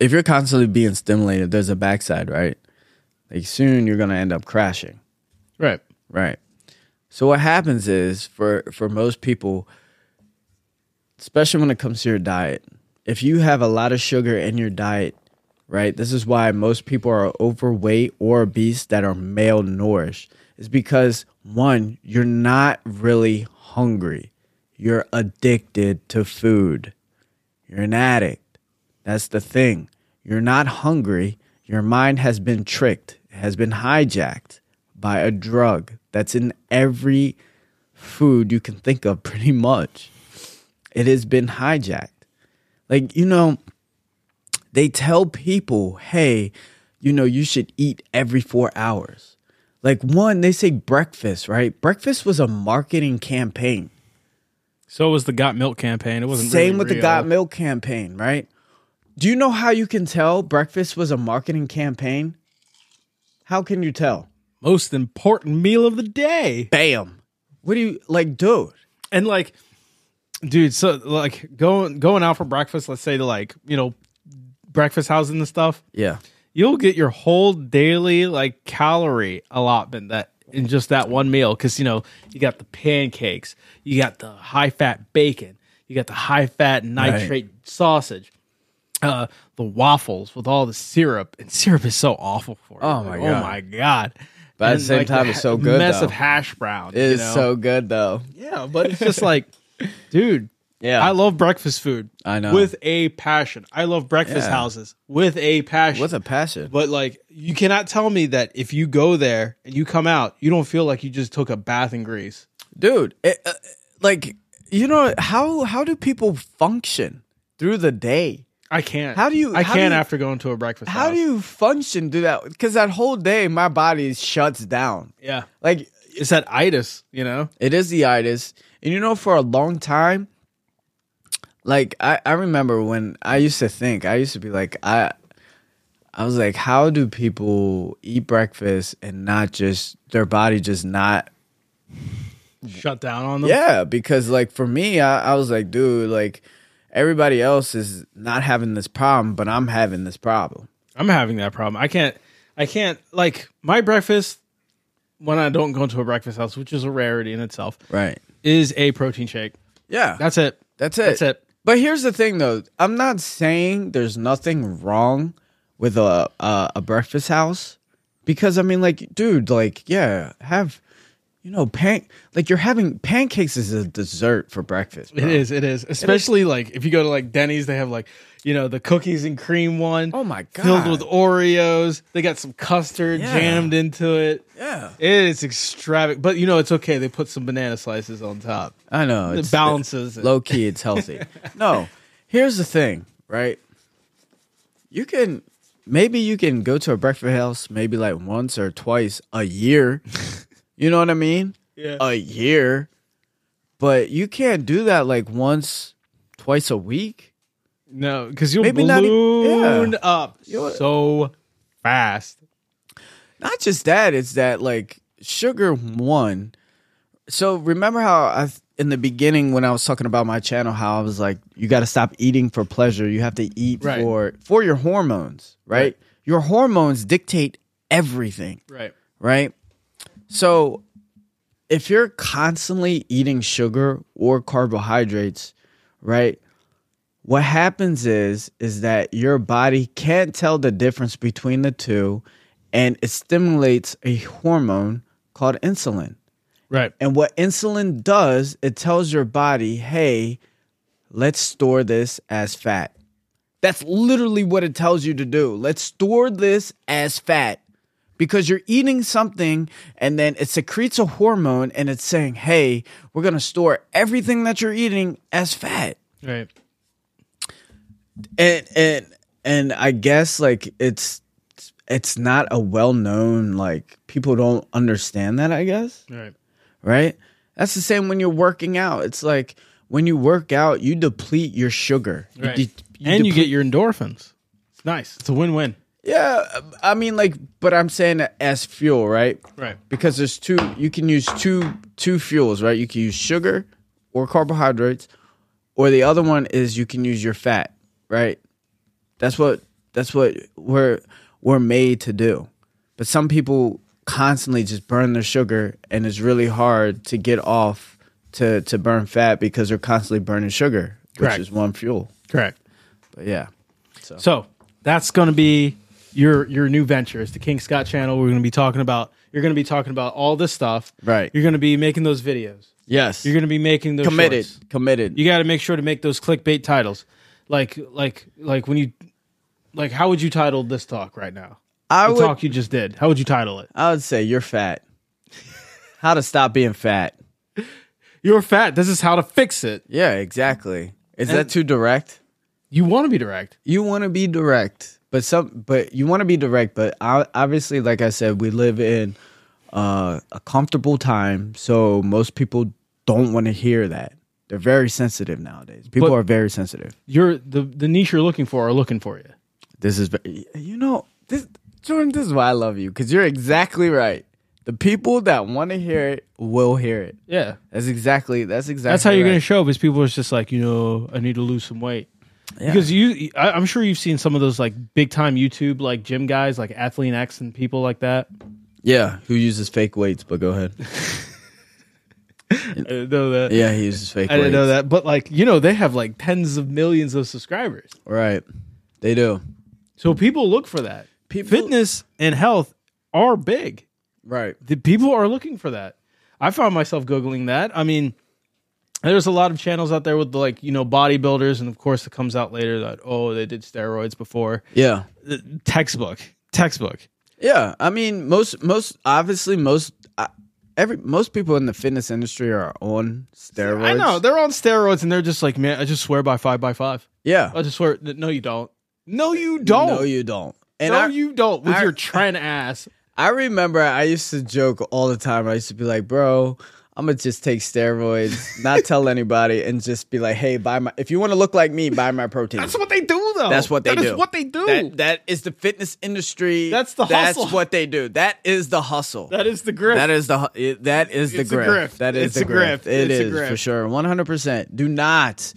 B: If you're constantly being stimulated, there's a backside, right? Like soon you're gonna end up crashing.
A: Right.
B: Right. So what happens is for for most people, especially when it comes to your diet, if you have a lot of sugar in your diet, right? This is why most people are overweight or obese that are malnourished. Is because one, you're not really hungry. You're addicted to food. You're an addict. That's the thing. You're not hungry. Your mind has been tricked, has been hijacked by a drug that's in every food you can think of, [laughs] pretty much. It has been hijacked. Like, you know, they tell people, hey, you know, you should eat every four hours. Like, one, they say breakfast, right? Breakfast was a marketing campaign.
A: So was the Got Milk campaign. It wasn't
B: Same
A: really
B: with the
A: real.
B: Got Milk campaign, right? Do you know how you can tell breakfast was a marketing campaign? How can you tell?
A: most important meal of the day.
B: Bam. What do you like, dude?
A: And like, dude, so like going going out for breakfast. Let's say to like you know breakfast housing and stuff.
B: Yeah.
A: You'll get your whole daily like calorie allotment that in just that one meal because you know you got the pancakes, you got the high fat bacon, you got the high fat nitrate sausage. Uh, the waffles with all the syrup and syrup is so awful for you.
B: Oh my
A: Like,
B: god.
A: Oh my god!
B: But at the same time,
A: ha-
B: it's so good,
A: Mess
B: though.
A: of hash brown.
B: It
A: you
B: is
A: know?
B: so good though.
A: Yeah, but
B: [laughs]
A: it's just like, dude.
B: Yeah.
A: I love breakfast food.
B: I know.
A: with a passion. I love breakfast
B: Yeah.
A: houses with a passion.
B: What's a passion?
A: but like, you cannot tell me that if you go there and you come out, you don't feel like you just took a bath in grease.
B: Dude, it, uh, like you know how how do people function through the day?
A: I can't.
B: How do you-
A: I
B: how do
A: can't
B: you-
A: after going to a breakfast.
B: How do
A: house.
B: you function through that? Cuz that whole day my body shuts down.
A: Yeah,
B: Like
A: it's that itis. You know.
B: It is the itis. And you know, for a long time, like I, I remember when I used to think, I used to be like, I I was like, how do people eat breakfast and not just their body just not
A: Shut down on them.
B: Yeah, because like for me, I, I was like, dude, like everybody else is not having this problem, but I'm having this problem.
A: I'm having that problem. I can't. I can't. Like my breakfast when I don't go to a breakfast house, which is a rarity in itself,
B: Right.
A: is a protein shake.
B: Yeah.
A: That's it.
B: That's it.
A: That's it.
B: But here's the thing, though. I'm not saying there's nothing wrong with a a, a breakfast house because I mean, like, dude, like, yeah, have you know, pan like you're having pancakes is a dessert for breakfast.
A: It
B: bro.
A: is. It is. Especially like if you go to like Denny's, they have like you know the cookies and cream one.
B: Oh my god.
A: Filled with Oreos. They got some custard
B: Yeah.
A: jammed into it.
B: yeah.
A: It's extravagant, but you know it's okay. They put some banana slices on top.
B: I know.
A: It balances. it.
B: low key it's healthy [laughs] no here's the thing right you can maybe you [laughs] can go to a breakfast house maybe like once or twice a year you know what i mean
A: Yeah.
B: a year, but you can't do that like once, twice a week.
A: No, because you'll
B: Maybe not e-
A: balloon
B: yeah.
A: up
B: You'll-
A: so fast.
B: Not just that, it's that like sugar one. So remember how I in the beginning when I was talking about my channel how I was like you got to stop eating for pleasure, you have to eat
A: Right.
B: for for your hormones, right?
A: Right.
B: Your hormones dictate everything.
A: Right.
B: right? So if you're constantly eating sugar or carbohydrates, right? What happens is is that your body can't tell the difference between the two and it stimulates a hormone called insulin.
A: Right.
B: And what insulin does, it tells your body, "Hey, let's store this as fat." That's literally what it tells you to do. Let's store this as fat because you're eating something and then it secretes a hormone and it's saying, hey, we're going to store everything that you're eating as fat.
A: Right.
B: And, and, and I guess like it's, it's not a well known, like people don't understand that, I guess.
A: Right.
B: Right. That's the same when you're working out. It's like when you work out, you deplete your sugar. You
A: Right.
B: de-
A: and you
B: deplete-
A: get your endorphins. It's nice. It's a win-win.
B: yeah. I mean, like, but I'm saying it as fuel, right?
A: Right.
B: because there's two you can use two two fuels right you can use sugar or carbohydrates or the other one is you can use your fat right that's what that's what we're we're made to do but some people constantly just burn their sugar and it's really hard to get off to to burn fat because they're constantly burning sugar which
A: Correct.
B: is one fuel
A: Correct.
B: but yeah
A: So that's going to be your your new venture. It's the King Scott channel. We're going to be talking about. You're going to be talking about all this stuff.
B: Right.
A: You're going to be making those videos.
B: yes
A: You're going to be making those
B: committed
A: shorts.
B: committed
A: You got to make sure to make those clickbait titles. Like like like when you like how would you title this talk right now?
B: i
A: The
B: would
A: talk you just did. How would you title it?
B: i would say you're fat [laughs] how to stop being fat
A: You're fat. This is how to fix it.
B: Yeah, exactly. Is that too direct?
A: You want to be direct.
B: You want to be direct, but some, but you want to be direct, but o- obviously, like I said, we live in uh, a comfortable time, so most people don't want to hear that. They're very sensitive nowadays. People
A: But-
B: are very sensitive.
A: You're the the niche you're looking for are looking for you.
B: This is, ve- you know, this Jordan. This is why I love you because you're exactly right. The people that want to hear it will hear it.
A: Yeah.
B: That's exactly. That's exactly.
A: That's how you're
B: right.
A: going to show up. Is people are just like, you know, I need to lose some weight. Because you, I, I'm sure you've seen some of those like big time YouTube like gym guys, like Athlete X and people like that.
B: Yeah, who uses fake weights? But go [laughs] ahead.
A: I didn't know that.
B: Yeah, he uses fake.
A: I didn't
B: weights.
A: know that. But like, you know, they have like tens of millions of subscribers.
B: Right. They do.
A: So people look for that.
B: Mm. People-
A: Fitness and health are big.
B: Right.
A: the people are looking for that. I found myself googling that. I mean, there's a lot of channels out there with like you know bodybuilders, and of course it comes out later that oh they did steroids before.
B: Yeah.
A: Uh, Textbook, textbook.
B: Yeah. I mean, most most obviously most uh, every most people in the fitness industry are on steroids.
A: I know they're on steroids, and they're just like man, I just swear by five by five.
B: Yeah.
A: I just swear. No, you don't. No, you Uh, don't.
B: No,
A: No, you,
B: you don't. And I,
A: don't. With
B: I-
A: your trend ass.
B: I remember I used to joke all the time. I used to be like, bro. I'm gonna just take steroids,
A: [laughs]
B: not tell anybody, and just be like, "Hey, buy my. If you want to look like me, buy my protein."
A: That's what they do, though.
B: That's what they do.
A: That is what they do.
B: That, that is the fitness industry.
A: That's the
B: That's
A: hustle.
B: what they do. That is the hustle.
A: that is the [laughs] grip.
B: That is the it, that is the
A: It's a
B: grift.
A: grift.
B: That
A: It's
B: is the
A: a grift.
B: grift. It
A: It's a
B: is
A: grift.
B: for sure. One hundred percent. Do not.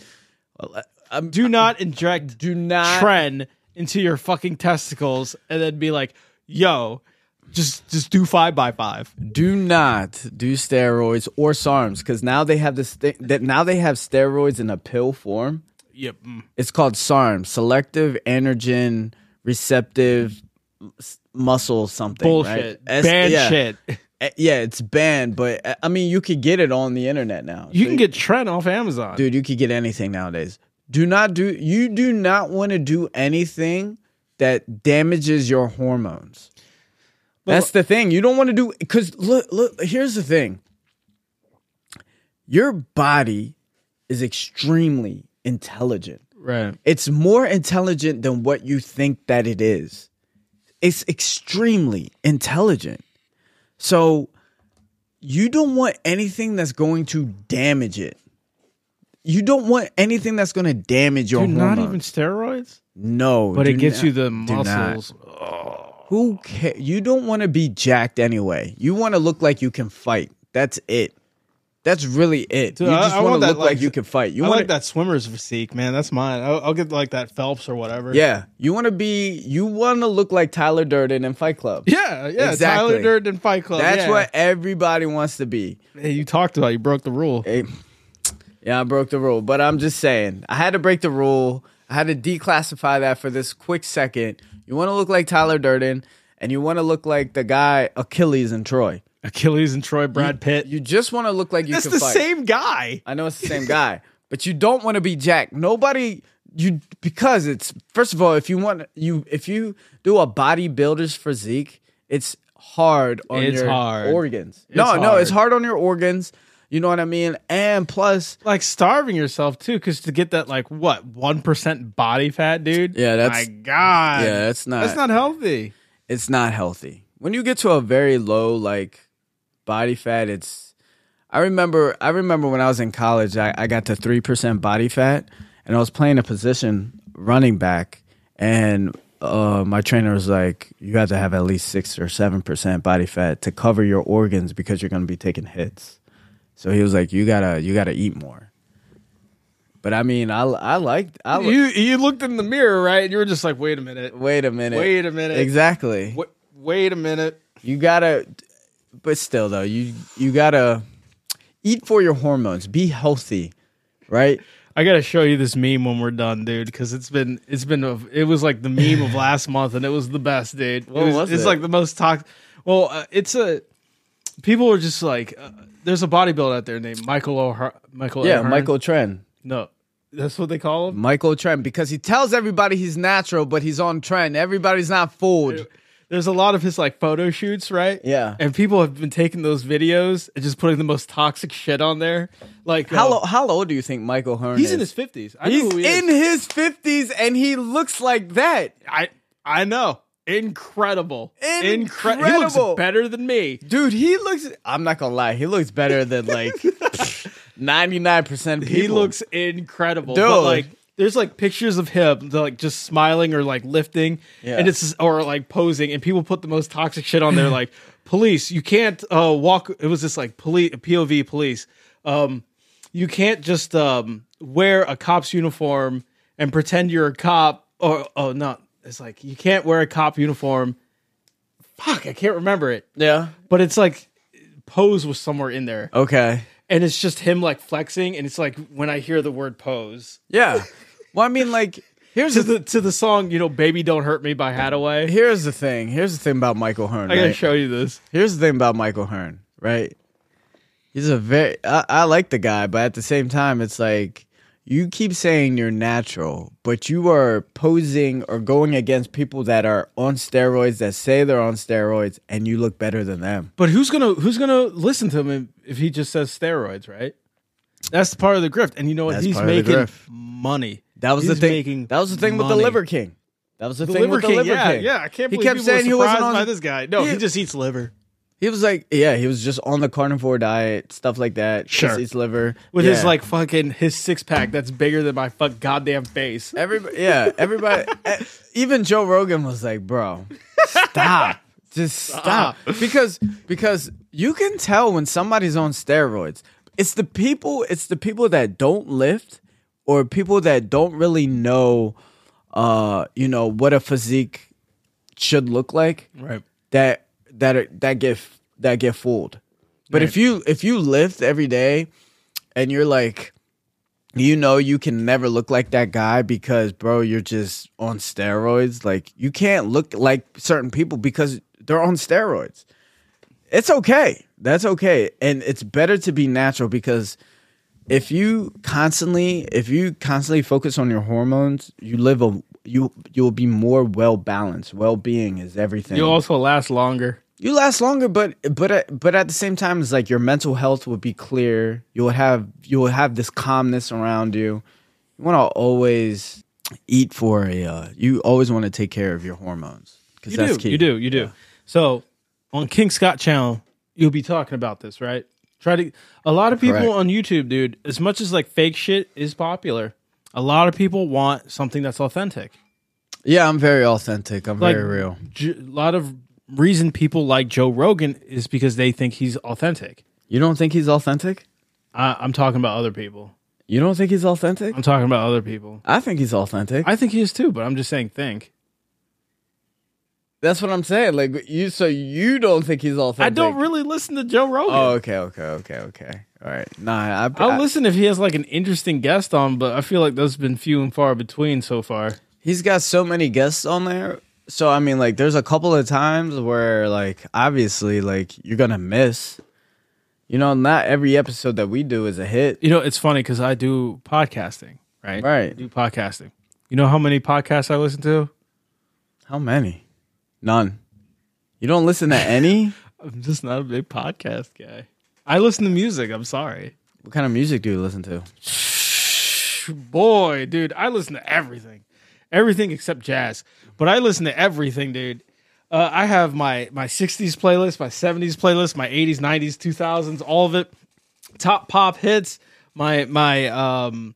B: I'm,
A: do not inject.
B: do not.
A: trend into your fucking testicles and then be like, yo, just just do five by five.
B: Do not do steroids or SARMs because now they have this thing that now they have steroids in a pill form.
A: Yep. Mm.
B: It's called SARM, selective androgen receptive s- muscle something.
A: Bullshit.
B: Right? S-
A: Bad
B: yeah.
A: shit.
B: Eh, Yeah, it's banned, but eh, I mean you could get it on the internet now.
A: You
B: So
A: can get trend off Amazon.
B: dude you could get anything nowadays do not do you do not want to do anything that damages your hormones that's the thing you don't want to do because look look here's the thing your body is extremely intelligent
A: Right.
B: it's more intelligent than what you think that it is. It's extremely intelligent. So you don't want anything that's going to damage it. You don't want anything that's going to damage your
A: Dude, not
B: hormones.
A: even steroids,
B: no,
A: but
B: do
A: it gets
B: not-
A: you the
B: do not.
A: muscles.
B: Who cares? You don't want to be jacked anyway. You want to look like you can fight. That's it. That's really it.
A: Dude,
B: you
A: I-
B: just
A: I
B: want
A: want
B: to
A: that,
B: look like,
A: like,
B: you can fight. You
A: I
B: want
A: like that swimmer's physique, man. That's mine. I'll, I'll get like that Phelps or whatever.
B: Yeah, you want to be. You want to look like Tyler Durden in Fight Club.
A: [laughs] yeah, yeah.
B: Exactly.
A: Tyler Durden and Fight Club.
B: That's
A: yeah.
B: what everybody wants to be.
A: Hey, you talked about. You broke the
B: [laughs]
A: rule.
B: Hey, yeah, I broke the rule, but I'm just saying I had to break the rule. I had to declassify that for this quick second. You want to look like Tyler Durden, and you want to look like the guy Achilles and Troy.
A: Achilles and Troy, Brad Pitt.
B: You just want to look like you
A: That's
B: can
A: the
B: fight.
A: same guy.
B: I know it's the same guy, but you don't want to be Jack. Nobody you because it's first of all, if you want you if you do a bodybuilder's physique, it's hard on
A: It's
B: your
A: hard.
B: organs. no, no,
A: hard.
B: it's hard on your organs. You know what I mean? And plus,
A: Like starving yourself too, because to get that like what one percent body fat, dude.
B: Yeah, that's-
A: my god.
B: yeah, that's not,
A: that's not healthy.
B: it's not healthy. When you get to a very low like body fat, it's I remember I remember when I was in college, I, I got to three percent body fat and I was playing a position running back and uh, my trainer was like, You have to have at least six or seven percent body fat to cover your organs because you're gonna be taking hits. So he was like, You gotta you gotta eat more. But I mean I I liked I li-
A: You you looked in the mirror, right? And you were just like, wait a minute,
B: wait a minute.
A: Wait a minute.
B: Exactly.
A: wait, wait a minute.
B: You gotta, but still though, you you gotta eat for your hormones. Be healthy, right?
A: I gotta show you this meme when we're done, dude, because it's been it's been a, it was like the meme
B: [laughs]
A: of last month, and it was the best, dude.
B: What was
A: It's
B: it?
A: like the most toxic. Well, uh, it's a people are just like uh, there's a bodybuilder out there named Michael O'Har Michael
B: Yeah,
A: Ahern.
B: Michael Trend,
A: No, that's what they call him.
B: Michael Trend, because he tells everybody he's natural, but he's on trend. Everybody's not fooled.
A: There's a lot of his like photo shoots, right?
B: Yeah.
A: and people have been taking those videos and just putting the most toxic shit on there. Like uh,
B: How lo- how old do you think Michael Hearn
A: He's
B: is?
A: in his fifties. I
B: he's
A: know who he is.
B: in his fifties, and he looks like that,
A: I I know. Incredible. Incre- He
B: Incredible.
A: looks better than me.
B: dude. He looks. I'm not gonna lie, he looks better
A: [laughs]
B: than like ninety nine percent. people.
A: He looks incredible.
B: Dude.
A: But like there's like pictures of him like just smiling or like lifting
B: Yeah.
A: and it's or like posing and people put the most toxic shit on there
B: [clears throat]
A: like police you can't uh walk it was just like police POV police um you can't just um wear a cop's uniform and pretend you're a cop or oh no it's like you can't wear a cop uniform fuck I can't remember it
B: Yeah.
A: but it's like pose was somewhere in there
B: Okay.
A: and it's just him like flexing and it's like when i hear the word pose
B: Yeah. well, I mean, like here's
A: to
B: the
A: the to the song you know baby don't hurt me by hadaway [laughs]
B: here's the thing. Here's the thing about Michael Hearn.
A: i gotta
B: right?
A: show you this
B: Here's the thing about Michael Hearn, right? He's a very I, I like the guy, but at the same time, it's like you keep saying you're natural, but you are posing or going against people that are on steroids that say they're on steroids, and you look better than them.
A: but who's gonna who's gonna listen to him if, if he just says steroids right that's the part of the grift and you know what
B: That's
A: he's
B: part of the
A: making
B: grift.
A: money
B: That was the
A: He's
B: thing.
A: making
B: that was the thing with the
A: money.
B: Liver King. That was the,
A: the
B: thing
A: liver
B: with the
A: king,
B: Liver
A: yeah,
B: King.
A: yeah. I can't
B: He
A: believe
B: kept
A: people were
B: saying he wasn't
A: surprised
B: on
A: by this guy. No,
B: he-
A: he, just eats liver
B: He was like, yeah, he was just on the carnivore diet, stuff like that.
A: Sure.
B: just eats liver
A: with his
B: Yeah.
A: like fucking his six pack that's bigger than my fuck goddamn face.
B: Everybody, yeah, everybody. eh, even Joe Rogan was like, "Bro, stop, just stop," because because you can tell when somebody's on steroids. It's the people. It's the people that don't lift, or people that don't really know, uh, you know, what a physique should look like
A: Right.
B: that that are, that get that get fooled. But if you if you lift every day and you're like you know you can never look like that guy because bro you're just on steroids like you can't look like certain people because they're on steroids. It's okay. That's okay. And it's better to be natural because if you constantly if you constantly focus on your hormones, you live a you you will be more well balanced. Well being is everything
A: You also last longer.
B: you last longer but but at- but at the same time it's like your mental health will be clear you'll have you'll have this calmness around you you want to always eat for a uh, you always want to take care of your hormones because
A: You
B: that's
A: do.
B: key
A: You do. You do. So on King Scott Channel, you'll be talking about this, right? Try to a lot of people
B: Correct.
A: on YouTube, dude, as much as like fake shit is popular, a lot of people want something that's authentic.
B: Yeah, I'm very authentic. I'm
A: Like-
B: very real.
A: J- A lot of reason people like Joe Rogan is because they think he's authentic.
B: You don't think he's authentic?
A: I, I'm talking about other people.
B: You don't think he's authentic?
A: I'm talking about other people.
B: I think he's authentic.
A: I think he is too, but I'm just saying think.
B: That's what I'm saying. Like you, so you don't think he's authentic?
A: I don't really listen to Joe Rogan.
B: Oh, okay, okay, okay, okay. All right. Nah, I, I,
A: I'll listen if he has like an interesting guest on, but I feel like those have been few and far between so far.
B: he's got so many guests on there. So I mean, like, there's a couple of times where, like, obviously, like, you're gonna miss. You know, not every episode that we do is a hit.
A: You know, it's funny because I do podcasting, right?
B: Right.
A: I do podcasting. You know how many podcasts I listen to?
B: How many? None. You don't listen to any.
A: I'm just not a big podcast guy. I listen to music. I'm sorry.
B: what kind of music do you listen to?
A: Boy, dude, I listen to everything. Everything except jazz. But I listen to everything, dude. Uh, I have my my 60s playlist, my 70s playlist, my 80s, 90s, 2000s, all of it. Top pop hits, my my um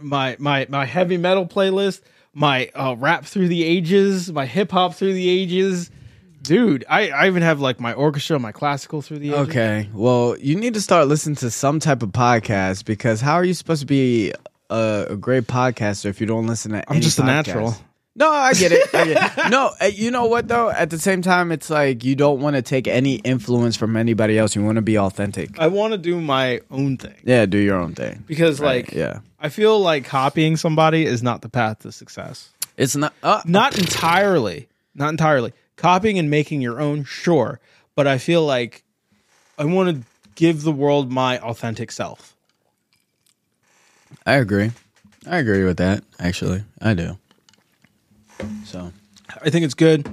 A: my my my heavy metal playlist, my uh, rap through the ages, my hip hop through the ages. Dude, I, I even have like my orchestra, my classical through the ages.
B: Okay. Well, you need to start listening to some type of podcast because how are you supposed to be a, a great podcaster if you don't listen to? I'm
A: just a natural.
B: No, I get it. I
A: [laughs]
B: get it. No, uh, you know what though? At the same time, it's like you don't want to take any influence from anybody else. You want to be authentic.
A: I want to do my own thing
B: Yeah, do your own thing.
A: because like
B: Yeah,
A: I feel like copying somebody is not the path to success.
B: it's not. Uh,
A: Not entirely. Not entirely. Copying and making your own, sure. But I feel like I want to give the world my authentic self.
B: I agree. I agree with that. Actually, I do. So
A: I think it's good.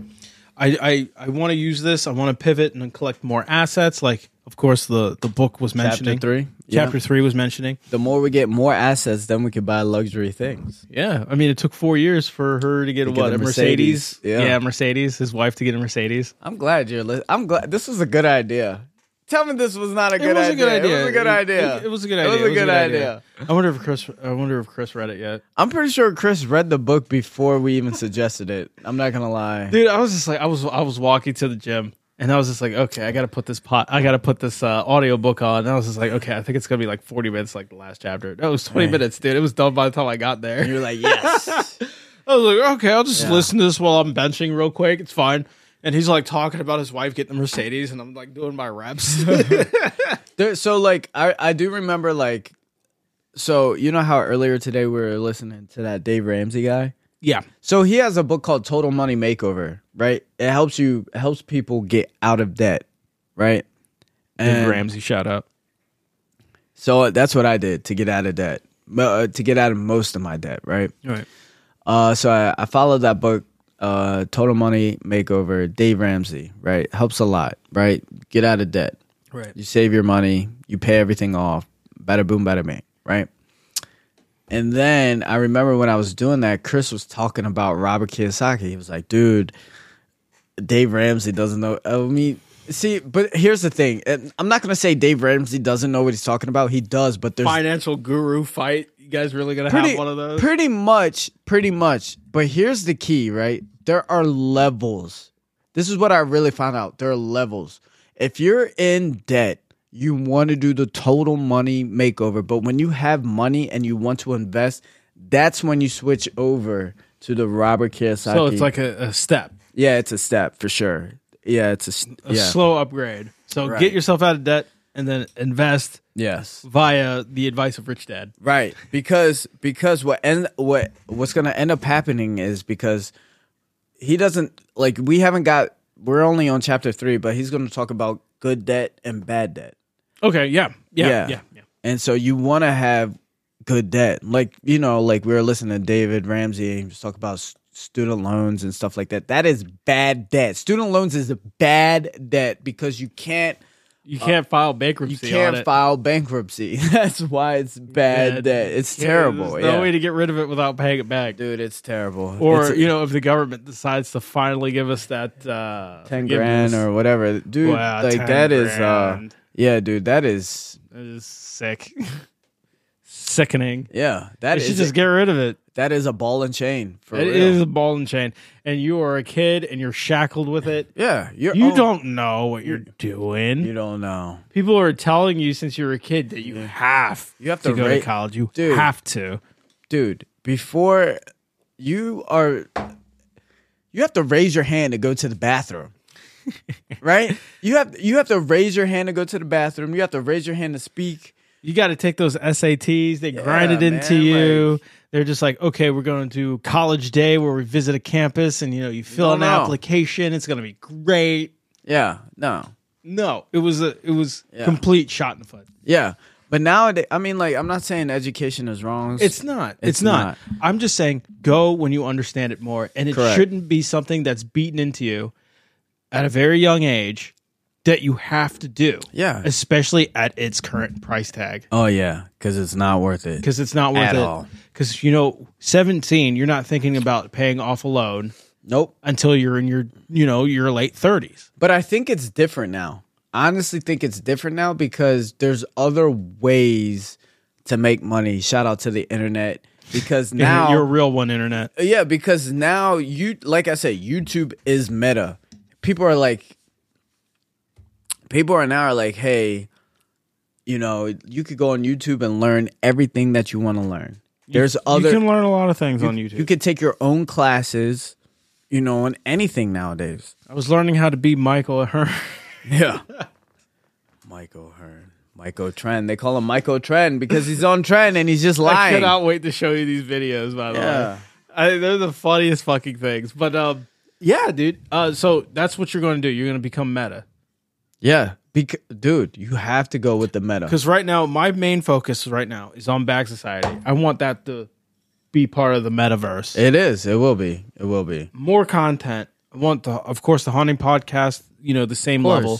A: I I, I want to use this. I want to pivot and then collect more assets. Like, of course, the the book was mentioning
B: three? Yeah.
A: Chapter three was mentioning.
B: the more we get more assets, then we can buy luxury things.
A: Yeah, I mean, it took four years for her to get
B: get
A: what
B: a
A: a Mercedes.
B: Mercedes. Yeah.
A: yeah, Mercedes. His wife to get a Mercedes.
B: I'm glad you're. Li- I'm glad this was a good idea. Tell me this was not a
A: It
B: good
A: was,
B: idea.
A: a good idea.
B: It was a good idea.
A: It, it was a good idea.
B: It was a good idea.
A: I wonder if Chris. I wonder if Chris read it yet.
B: I'm pretty sure Chris read the book before we even suggested it. I'm not gonna lie.
A: Dude, I was just like, I was, I was walking to the gym, and I was just like, okay, I gotta put this pot, I gotta put this uh, audio book on. And I was just like, okay, I think it's gonna be like forty minutes, like the last chapter. No, it was twenty minutes, dude. It was done by the time I got there.
B: You were
A: [laughs]
B: like, yes.
A: I was like, okay, I'll just
B: Yeah.
A: listen to this while I'm benching real quick. It's fine. And he's like talking about his wife getting the Mercedes, and I'm like doing my reps. [laughs]
B: there, so like, I I do remember like, so you know how earlier today we were listening to that Dave Ramsey guy.
A: yeah,
B: So he has a book called Total Money Makeover, right? It helps you it helps people get out of debt, right?
A: Dave
B: And-
A: Ramsey, shout out.
B: So uh, that's what I did to get out of debt, Mo- uh, to get out of most of my debt, right?
A: All right,
B: Uh, so I, I followed that book, uh, Total Money Makeover, Dave Ramsey, right? Helps a lot, right? Get out of debt.
A: right.
B: You save your money, you pay everything off, bada boom, bada bang, right? And then I remember when I was doing that, Chris was talking about Robert Kiyosaki. He was like, dude, Dave Ramsey doesn't know. I mean, see, but here's the thing. and I'm not going to say Dave Ramsey doesn't know what he's talking about. He does, but there's
A: Financial guru fight. You guys really gonna have one of those?
B: Pretty much, pretty much. But here's the key, right? There are levels. This is what I really found out. There are levels. If you're in debt, you want to do the total money makeover. But when you have money and you want to invest, that's when you switch over to the Robert Kiyosaki.
A: so it's like a, a step.
B: yeah, it's a step for sure. Yeah, it's a, s-
A: a
B: yeah.
A: slow upgrade. So
B: Right.
A: get yourself out of debt and then invest
B: yes.
A: via the advice of Rich Dad.
B: Right, because because what end what what's gonna end up happening is because he doesn't like we haven't got we're only on chapter three, but he's gonna talk about good debt and bad debt,
A: Okay, yeah. Yeah. Yeah.
B: Yeah.
A: yeah,
B: and so you want to have good debt, like you know, like we were listening to David Ramsey and he was talking about s- student loans and stuff like that. That is bad debt. Student loans is a bad debt because you can't
A: You can't file bankruptcy.
B: Uh, You can't
A: on it.
B: file bankruptcy. [laughs] That's why it's bad
A: Yeah,
B: debt. It's
A: Yeah,
B: terrible.
A: There's no
B: yeah.
A: way to get rid of it without paying it back.
B: Dude, it's terrible.
A: Or
B: It's-
A: you know, if the government decides to finally give us that uh,
B: 10 grand
A: forgiveness,
B: or whatever. Dude,
A: Wow,
B: like
A: 10
B: that is uh
A: grand.
B: yeah, dude, that is
A: that is sick, [laughs] sickening.
B: yeah, that
A: They
B: is
A: should just get rid of it.
B: that is a ball and chain for
A: It
B: real.
A: is a ball and chain, and you are a kid, and you're shackled with it.
B: Yeah, you're
A: You
B: own-
A: don't know what you're doing.
B: Oh. you don't know.
A: People are telling you since you were a kid that you have
B: You have
A: to
B: to
A: go
B: rate-
A: to college. You
B: Dude.
A: have to.
B: Dude, before you are you have to raise your hand to go to
A: [laughs]
B: the bathroom. right? You have you have to raise your hand to go to the bathroom. You have to raise your hand to speak.
A: You got to take those SATs. They grind it
B: Yeah,
A: into
B: man,
A: you. They're just like, okay, we're going to college day where we visit a campus, and you know, you fill out
B: No,
A: an
B: no.
A: application. It's going to be great.
B: Yeah, no.
A: No, it was a it was complete shot in the foot.
B: Yeah. But nowadays, I mean, like, I'm not saying education is wrong.
A: It's not. It's,
B: It's
A: not. I'm just saying, go when you understand it more, and it
B: Correct.
A: shouldn't be something that's beaten into you at a very young age that you have to do.
B: Yeah.
A: especially at its current price tag.
B: oh, yeah. Because it's not worth it.
A: because it's not worth
B: At
A: it.
B: all.
A: Because you know, seventeen, you're not thinking about paying off a loan
B: Nope.
A: until you're in your, you know, your late thirties.
B: But I think it's different now. I honestly think it's different now because there's other ways to make money. Shout out to the internet.
A: [laughs]
B: Because now
A: you're a real one, internet.
B: Yeah, because now you like I said, YouTube is meta. People are like people are now are like, hey, you know, you could go on YouTube and learn everything that you want to learn. There's other
A: you can learn a lot of things on YouTube.
B: you could take your own classes, you know, on anything nowadays.
A: I was learning how to be Michael
B: [laughs]
A: Hearn.
B: Yeah. Michael Hearn. Michael Trend. They call him Michael Trend because he's on trend and he's
A: [laughs]
B: just
A: I
B: lying.
A: cannot wait to show you these videos. By the
B: Yeah.
A: way, I, they're the funniest fucking things. But um, yeah, dude. Uh, so that's what you're going to do. You're going to become meta.
B: Yeah. Bec- dude, you have to go with the meta.
A: Because right now, my main focus right now is on Bag Society. I want that to be part of the metaverse.
B: It is. It will be. It will be.
A: more content. I want the, of course, the haunting podcast. You know, the same
B: course.
A: level.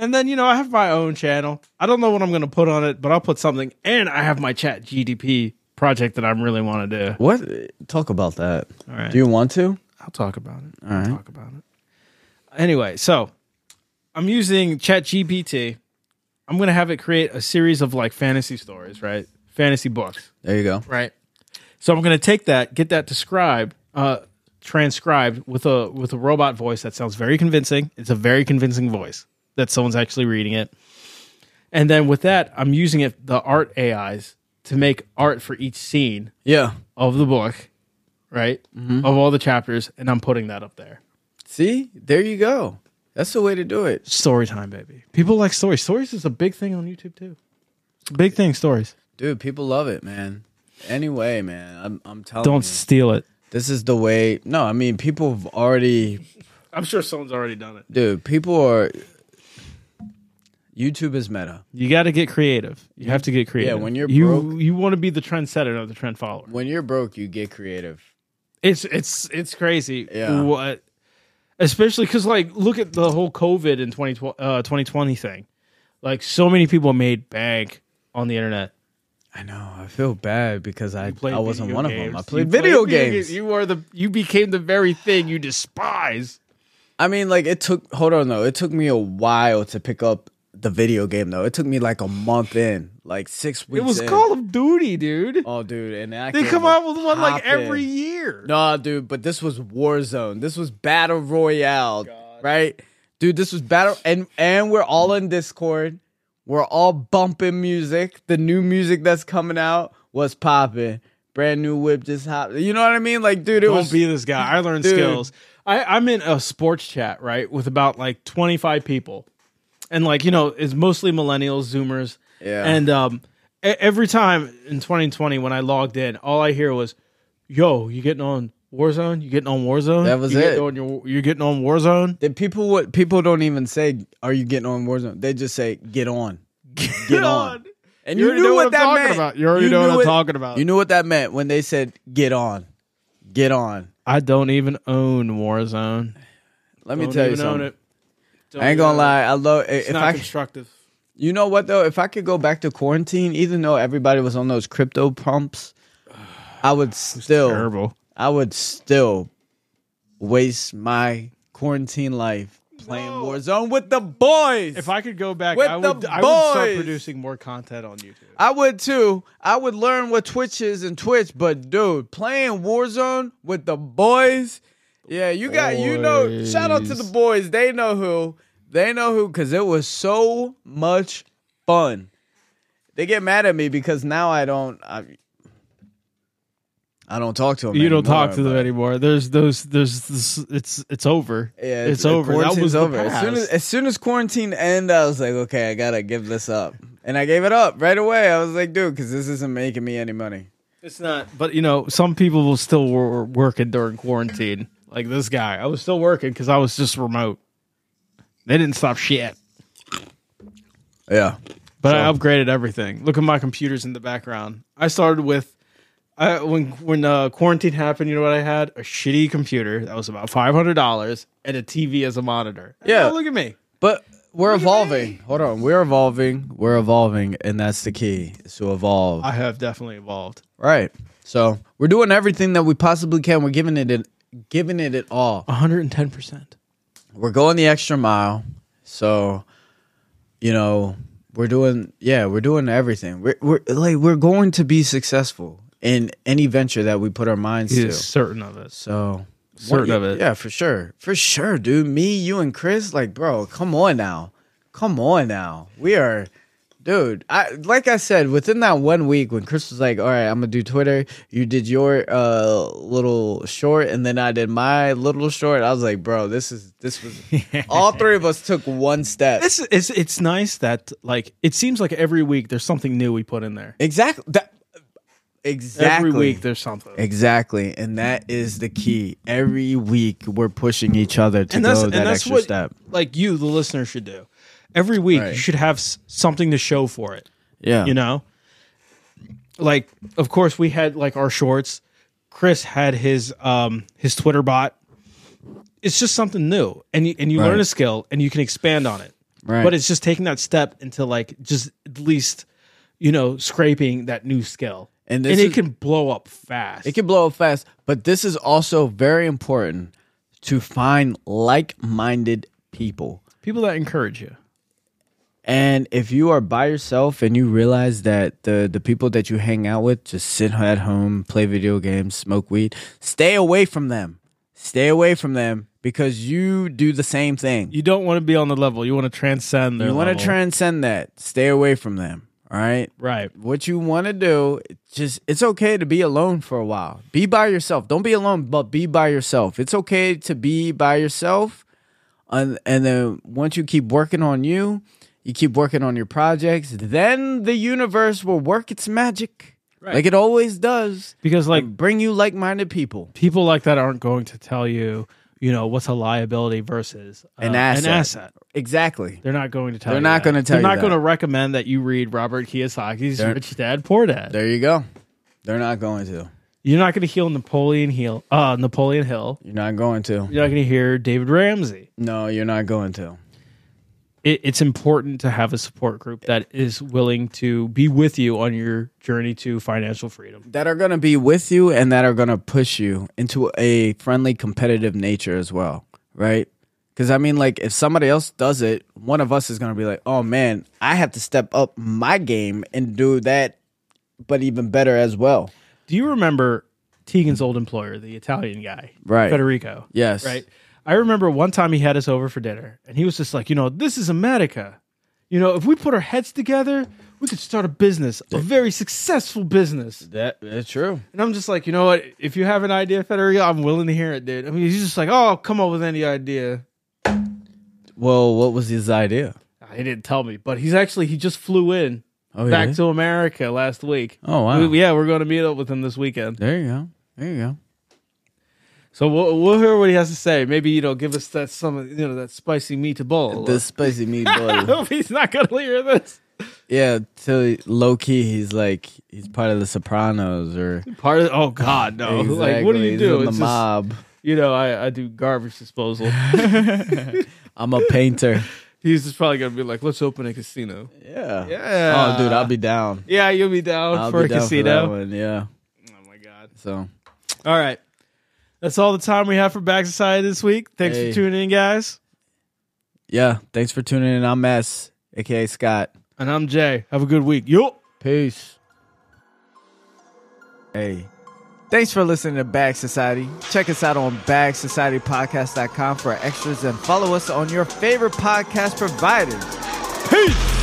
A: And then you know, I have my own channel. I don't know what I'm going to put on it, but I'll put something. And I have my Chat GDP project that I really want to do.
B: What? Talk about that.
A: All right,
B: Do you want to?
A: I'll talk about it.
B: right.
A: I'll talk about it. Anyway, so I'm using Chat GPT. I'm going to have it create a series of like fantasy stories, right? Fantasy books.
B: There you go.
A: Right. So I'm going to take that, get that described, uh, transcribed with a with a robot voice that sounds very convincing. It's a very convincing voice that someone's actually reading it. And then with that, I'm using it the art AIs to make art for each scene
B: Yeah.
A: of the book, right? Of all the chapters, and I'm putting that up there.
B: See, there you go. That's the way to do it.
A: Story time, baby. People like stories. Stories is a big thing on YouTube too. It's a big thing, stories.
B: Dude, people love it, man. Anyway, man, I'm, I'm telling
A: Don't
B: you.
A: steal it.
B: This is the way. No, I mean, people have already.
A: I'm sure someone's already done it.
B: Dude, people are. YouTube is meta.
A: You got to get creative. You have to get creative.
B: when you're
A: you
B: broke-
A: you want to be the trendsetter, not the trend follower.
B: When you're broke, you get creative.
A: It's it's it's crazy.
B: Yeah.
A: What, especially because like look at the whole COVID in 2020, uh, 2020 thing. Like so many people made bank on the internet.
B: I know. I feel bad because I,
A: Played
B: I wasn't
A: video
B: one of
A: games.
B: them. I
A: You
B: played video
A: ga-
B: games.
A: You are the you became the very thing you despise.
B: I mean, like it took. Hold on, though. It took me a while to pick up the video game, though. It took me like a month in, like six weeks.
A: It was
B: in.
A: Call of Duty, dude.
B: Oh, dude, and I
A: they
B: can't
A: come out with one like
B: hop in.
A: every year.
B: Nah, dude, but this was Warzone. This was Battle Royale, right? Dude, this was battle, and and we're all in Discord. We're all bumping music. The new music that's coming out was popping. Brand new whip just hop. You know what I mean? Like, dude, it
A: Don't
B: was
A: be this guy. I learned
B: Dude.
A: skills. I, I'm in a sports chat, right, with about like 25 people. And like, you know, it's mostly millennials, Zoomers.
B: Yeah.
A: And um, e- every time in 2020 when I logged in, all I hear was, yo, you getting on Warzone? You getting on Warzone?
B: That was
A: you
B: it.
A: Getting on your, you're getting on Warzone?
B: Then people would people don't even say, "Are you getting on Warzone?" They just say, "Get on." Get on. And
A: You already know what I'm talking about. You already know
B: knew
A: what I'm
B: what-
A: talking about.
B: You knew what that meant when they said "get on, get on."
A: I don't even own Warzone.
B: Let me
A: Don't
B: tell you
A: even own
B: something.
A: it.
B: I ain't gonna lie. I love
A: It's
B: if
A: not
B: I
A: constructive.
B: You know what though? If I could go back to quarantine, even though everybody was on those crypto pumps, I would still
A: Terrible.
B: I would still waste my quarantine life playing
A: No.
B: Warzone with the boys.
A: If I could go back,
B: With
A: I
B: the
A: would. I would start
B: boys.
A: producing more content on YouTube.
B: I would too. I would learn what Twitch is and Twitch, but dude, playing Warzone with the boys. Yeah, you got you know. Shout out to the
A: Boys.
B: boys. They know who. They know who because it was so much fun. They get mad at me because now I don't. I, I don't talk to them.
A: You don't
B: anymore,
A: talk to them
B: but-
A: anymore. There's those. There's this. It's it's over.
B: Yeah,
A: it's over. That
B: quarantine's
A: was the
B: over. As soon as,
A: past.
B: as soon as quarantine ended, I was like, okay, I gotta give this up, and I gave it up right away. I was like, dude, because this isn't making me any money.
A: It's not. But you know, some people will still were were working during quarantine. Like this guy, I was still working because I was just remote. They didn't stop shit.
B: Yeah.
A: But I upgraded everything. Look at my computers in the background. I started with, I, when when uh, quarantine happened, you know what I had? A shitty computer that was about five hundred dollars and a TV as a monitor. And
B: Yeah.
A: now look at me.
B: But we're
A: Look at
B: evolving. Hold on. We're evolving. We're evolving. And that's the key is to evolve.
A: I have definitely evolved.
B: right. So we're doing everything that we possibly can. We're giving it, it giving it it all.
A: One hundred and ten percent.
B: We're going the extra mile. So, you know, we're doing, yeah, we're doing everything. We're, we're like, we're going to be successful in any venture that we put our minds
A: He
B: to.
A: is certain of it.
B: So
A: Certain of it.
B: Yeah, for sure. For sure, dude. Me, you, and Chris, like, bro, come on now. Come on now. We are dude, I like I said, within that one week when Chris was like, All right, I'm gonna do Twitter, you did your uh little short, and then I did my little short. I was like, bro, this is
A: [laughs]
B: this was all three of us took one step.
A: This is it's nice that like it seems like every week there's something new we put in there.
B: exactly that, exactly
A: Every week there's something.
B: Exactly, and that is the key. Every week we're pushing each other to
A: and that's
B: go
A: and
B: Oh, that
A: that's
B: extra
A: what
B: step.
A: like you the listener should do. Every week
B: Right.
A: you should have s- something to show for it.
B: Yeah,
A: you know like of course we had like our shorts chris had his um his twitter bot it's just something new and you, and you learn
B: Right.
A: a skill and you can expand on it
B: Right.
A: but it's just taking that step into like just at least you know scraping that new skill
B: And
A: and,
B: this
A: it
B: is-
A: can blow up fast
B: It can blow up fast, but this is also very important to find like minded people.
A: people that encourage you
B: And if you are by yourself and you realize that the, the people that you hang out with just sit at home, play video games, smoke weed, stay away from them. Stay away from them because you do the same thing.
A: you don't want to be on the level you want to transcend their
B: You want to
A: level.
B: transcend that. Stay away from them. All right.
A: right
B: What you want to do, just it's okay to be alone for a while. Be by yourself. Don't be alone, but be by yourself. It's okay to be by yourself. And, and then once you keep working on you, you keep working on your projects, then the universe will work its magic
A: Right.
B: like it always does.
A: because like
B: and bring you like minded people.
A: people like that aren't going to tell you you know what's a liability versus uh,
B: An asset.
A: an asset
B: Exactly.
A: They're not going to tell
B: They're
A: you.
B: not
A: that.
B: gonna tell
A: They're not
B: you that.
A: going to recommend that you read Robert Kiyosaki's
B: They're-
A: Rich Dad Poor Dad.
B: There you go. They're not going to.
A: You're not going to hear Napoleon Hill. Uh, Napoleon Hill.
B: You're not going to.
A: You're not going to hear David Ramsey.
B: No, you're not going to.
A: It, it's important to have a support group that is willing to be with you on your journey to financial freedom.
B: that are going to be with you and that are going to push you into a friendly competitive nature as well right because i mean like if somebody else does it one of us is going to be like oh man i have to step up my game and do that but even better as well
A: Do you remember Tegan's old employer, the Italian guy,
B: Right.
A: Federico?
B: yes
A: Right. I remember one time he had us over for dinner and he was just like, you know, this is America. You know, if we put our heads together, we could start a business, a very successful business.
B: that, that's true
A: And I'm just like, you know what? If you have an idea, Federico, I'm willing to hear it, dude. I mean, he's just like, oh, come up with any idea.
B: well what was his idea
A: He didn't tell me, but he's actually, he just flew in
B: oh
A: back
B: yeah?
A: to America last week.
B: oh wow
A: We- yeah, we're going to meet up with him this weekend.
B: there you go there you go
A: So we'll, we'll hear what he has to say. Maybe, you know, give us that, some, you know, that spicy meatball. [laughs]
B: the spicy
A: I [laughs]
B: meatball
A: hope he's not going to hear this.
B: yeah so low-key he's like he's part of the sopranos or
A: Part of oh god no! [laughs] Like what do
B: Exactly.
A: you
B: He's
A: do?
B: in the
A: It's just-
B: mob
A: you know, I, I do garbage [laughs] disposal.
B: I'm a painter.
A: He's just probably gonna be like, let's open a casino.
B: Yeah.
A: Yeah.
B: Oh, dude, I'll be down.
A: Yeah, you'll be down
B: I'll
A: for
B: be
A: a
B: down
A: casino.
B: For that one. Yeah.
A: oh my god.
B: So
A: All right. That's all the time we have for Back Society this week. Thanks
B: Hey.
A: for tuning in, guys.
B: yeah, thanks for tuning in. I'm S, aka Scott.
A: And I'm Jay. Have a good week. Yup.
B: Peace. Hey.
C: Thanks for listening to Bag Society. Check us out on bagsocietypodcast.com for extras and follow us on your favorite podcast providers.
A: Peace.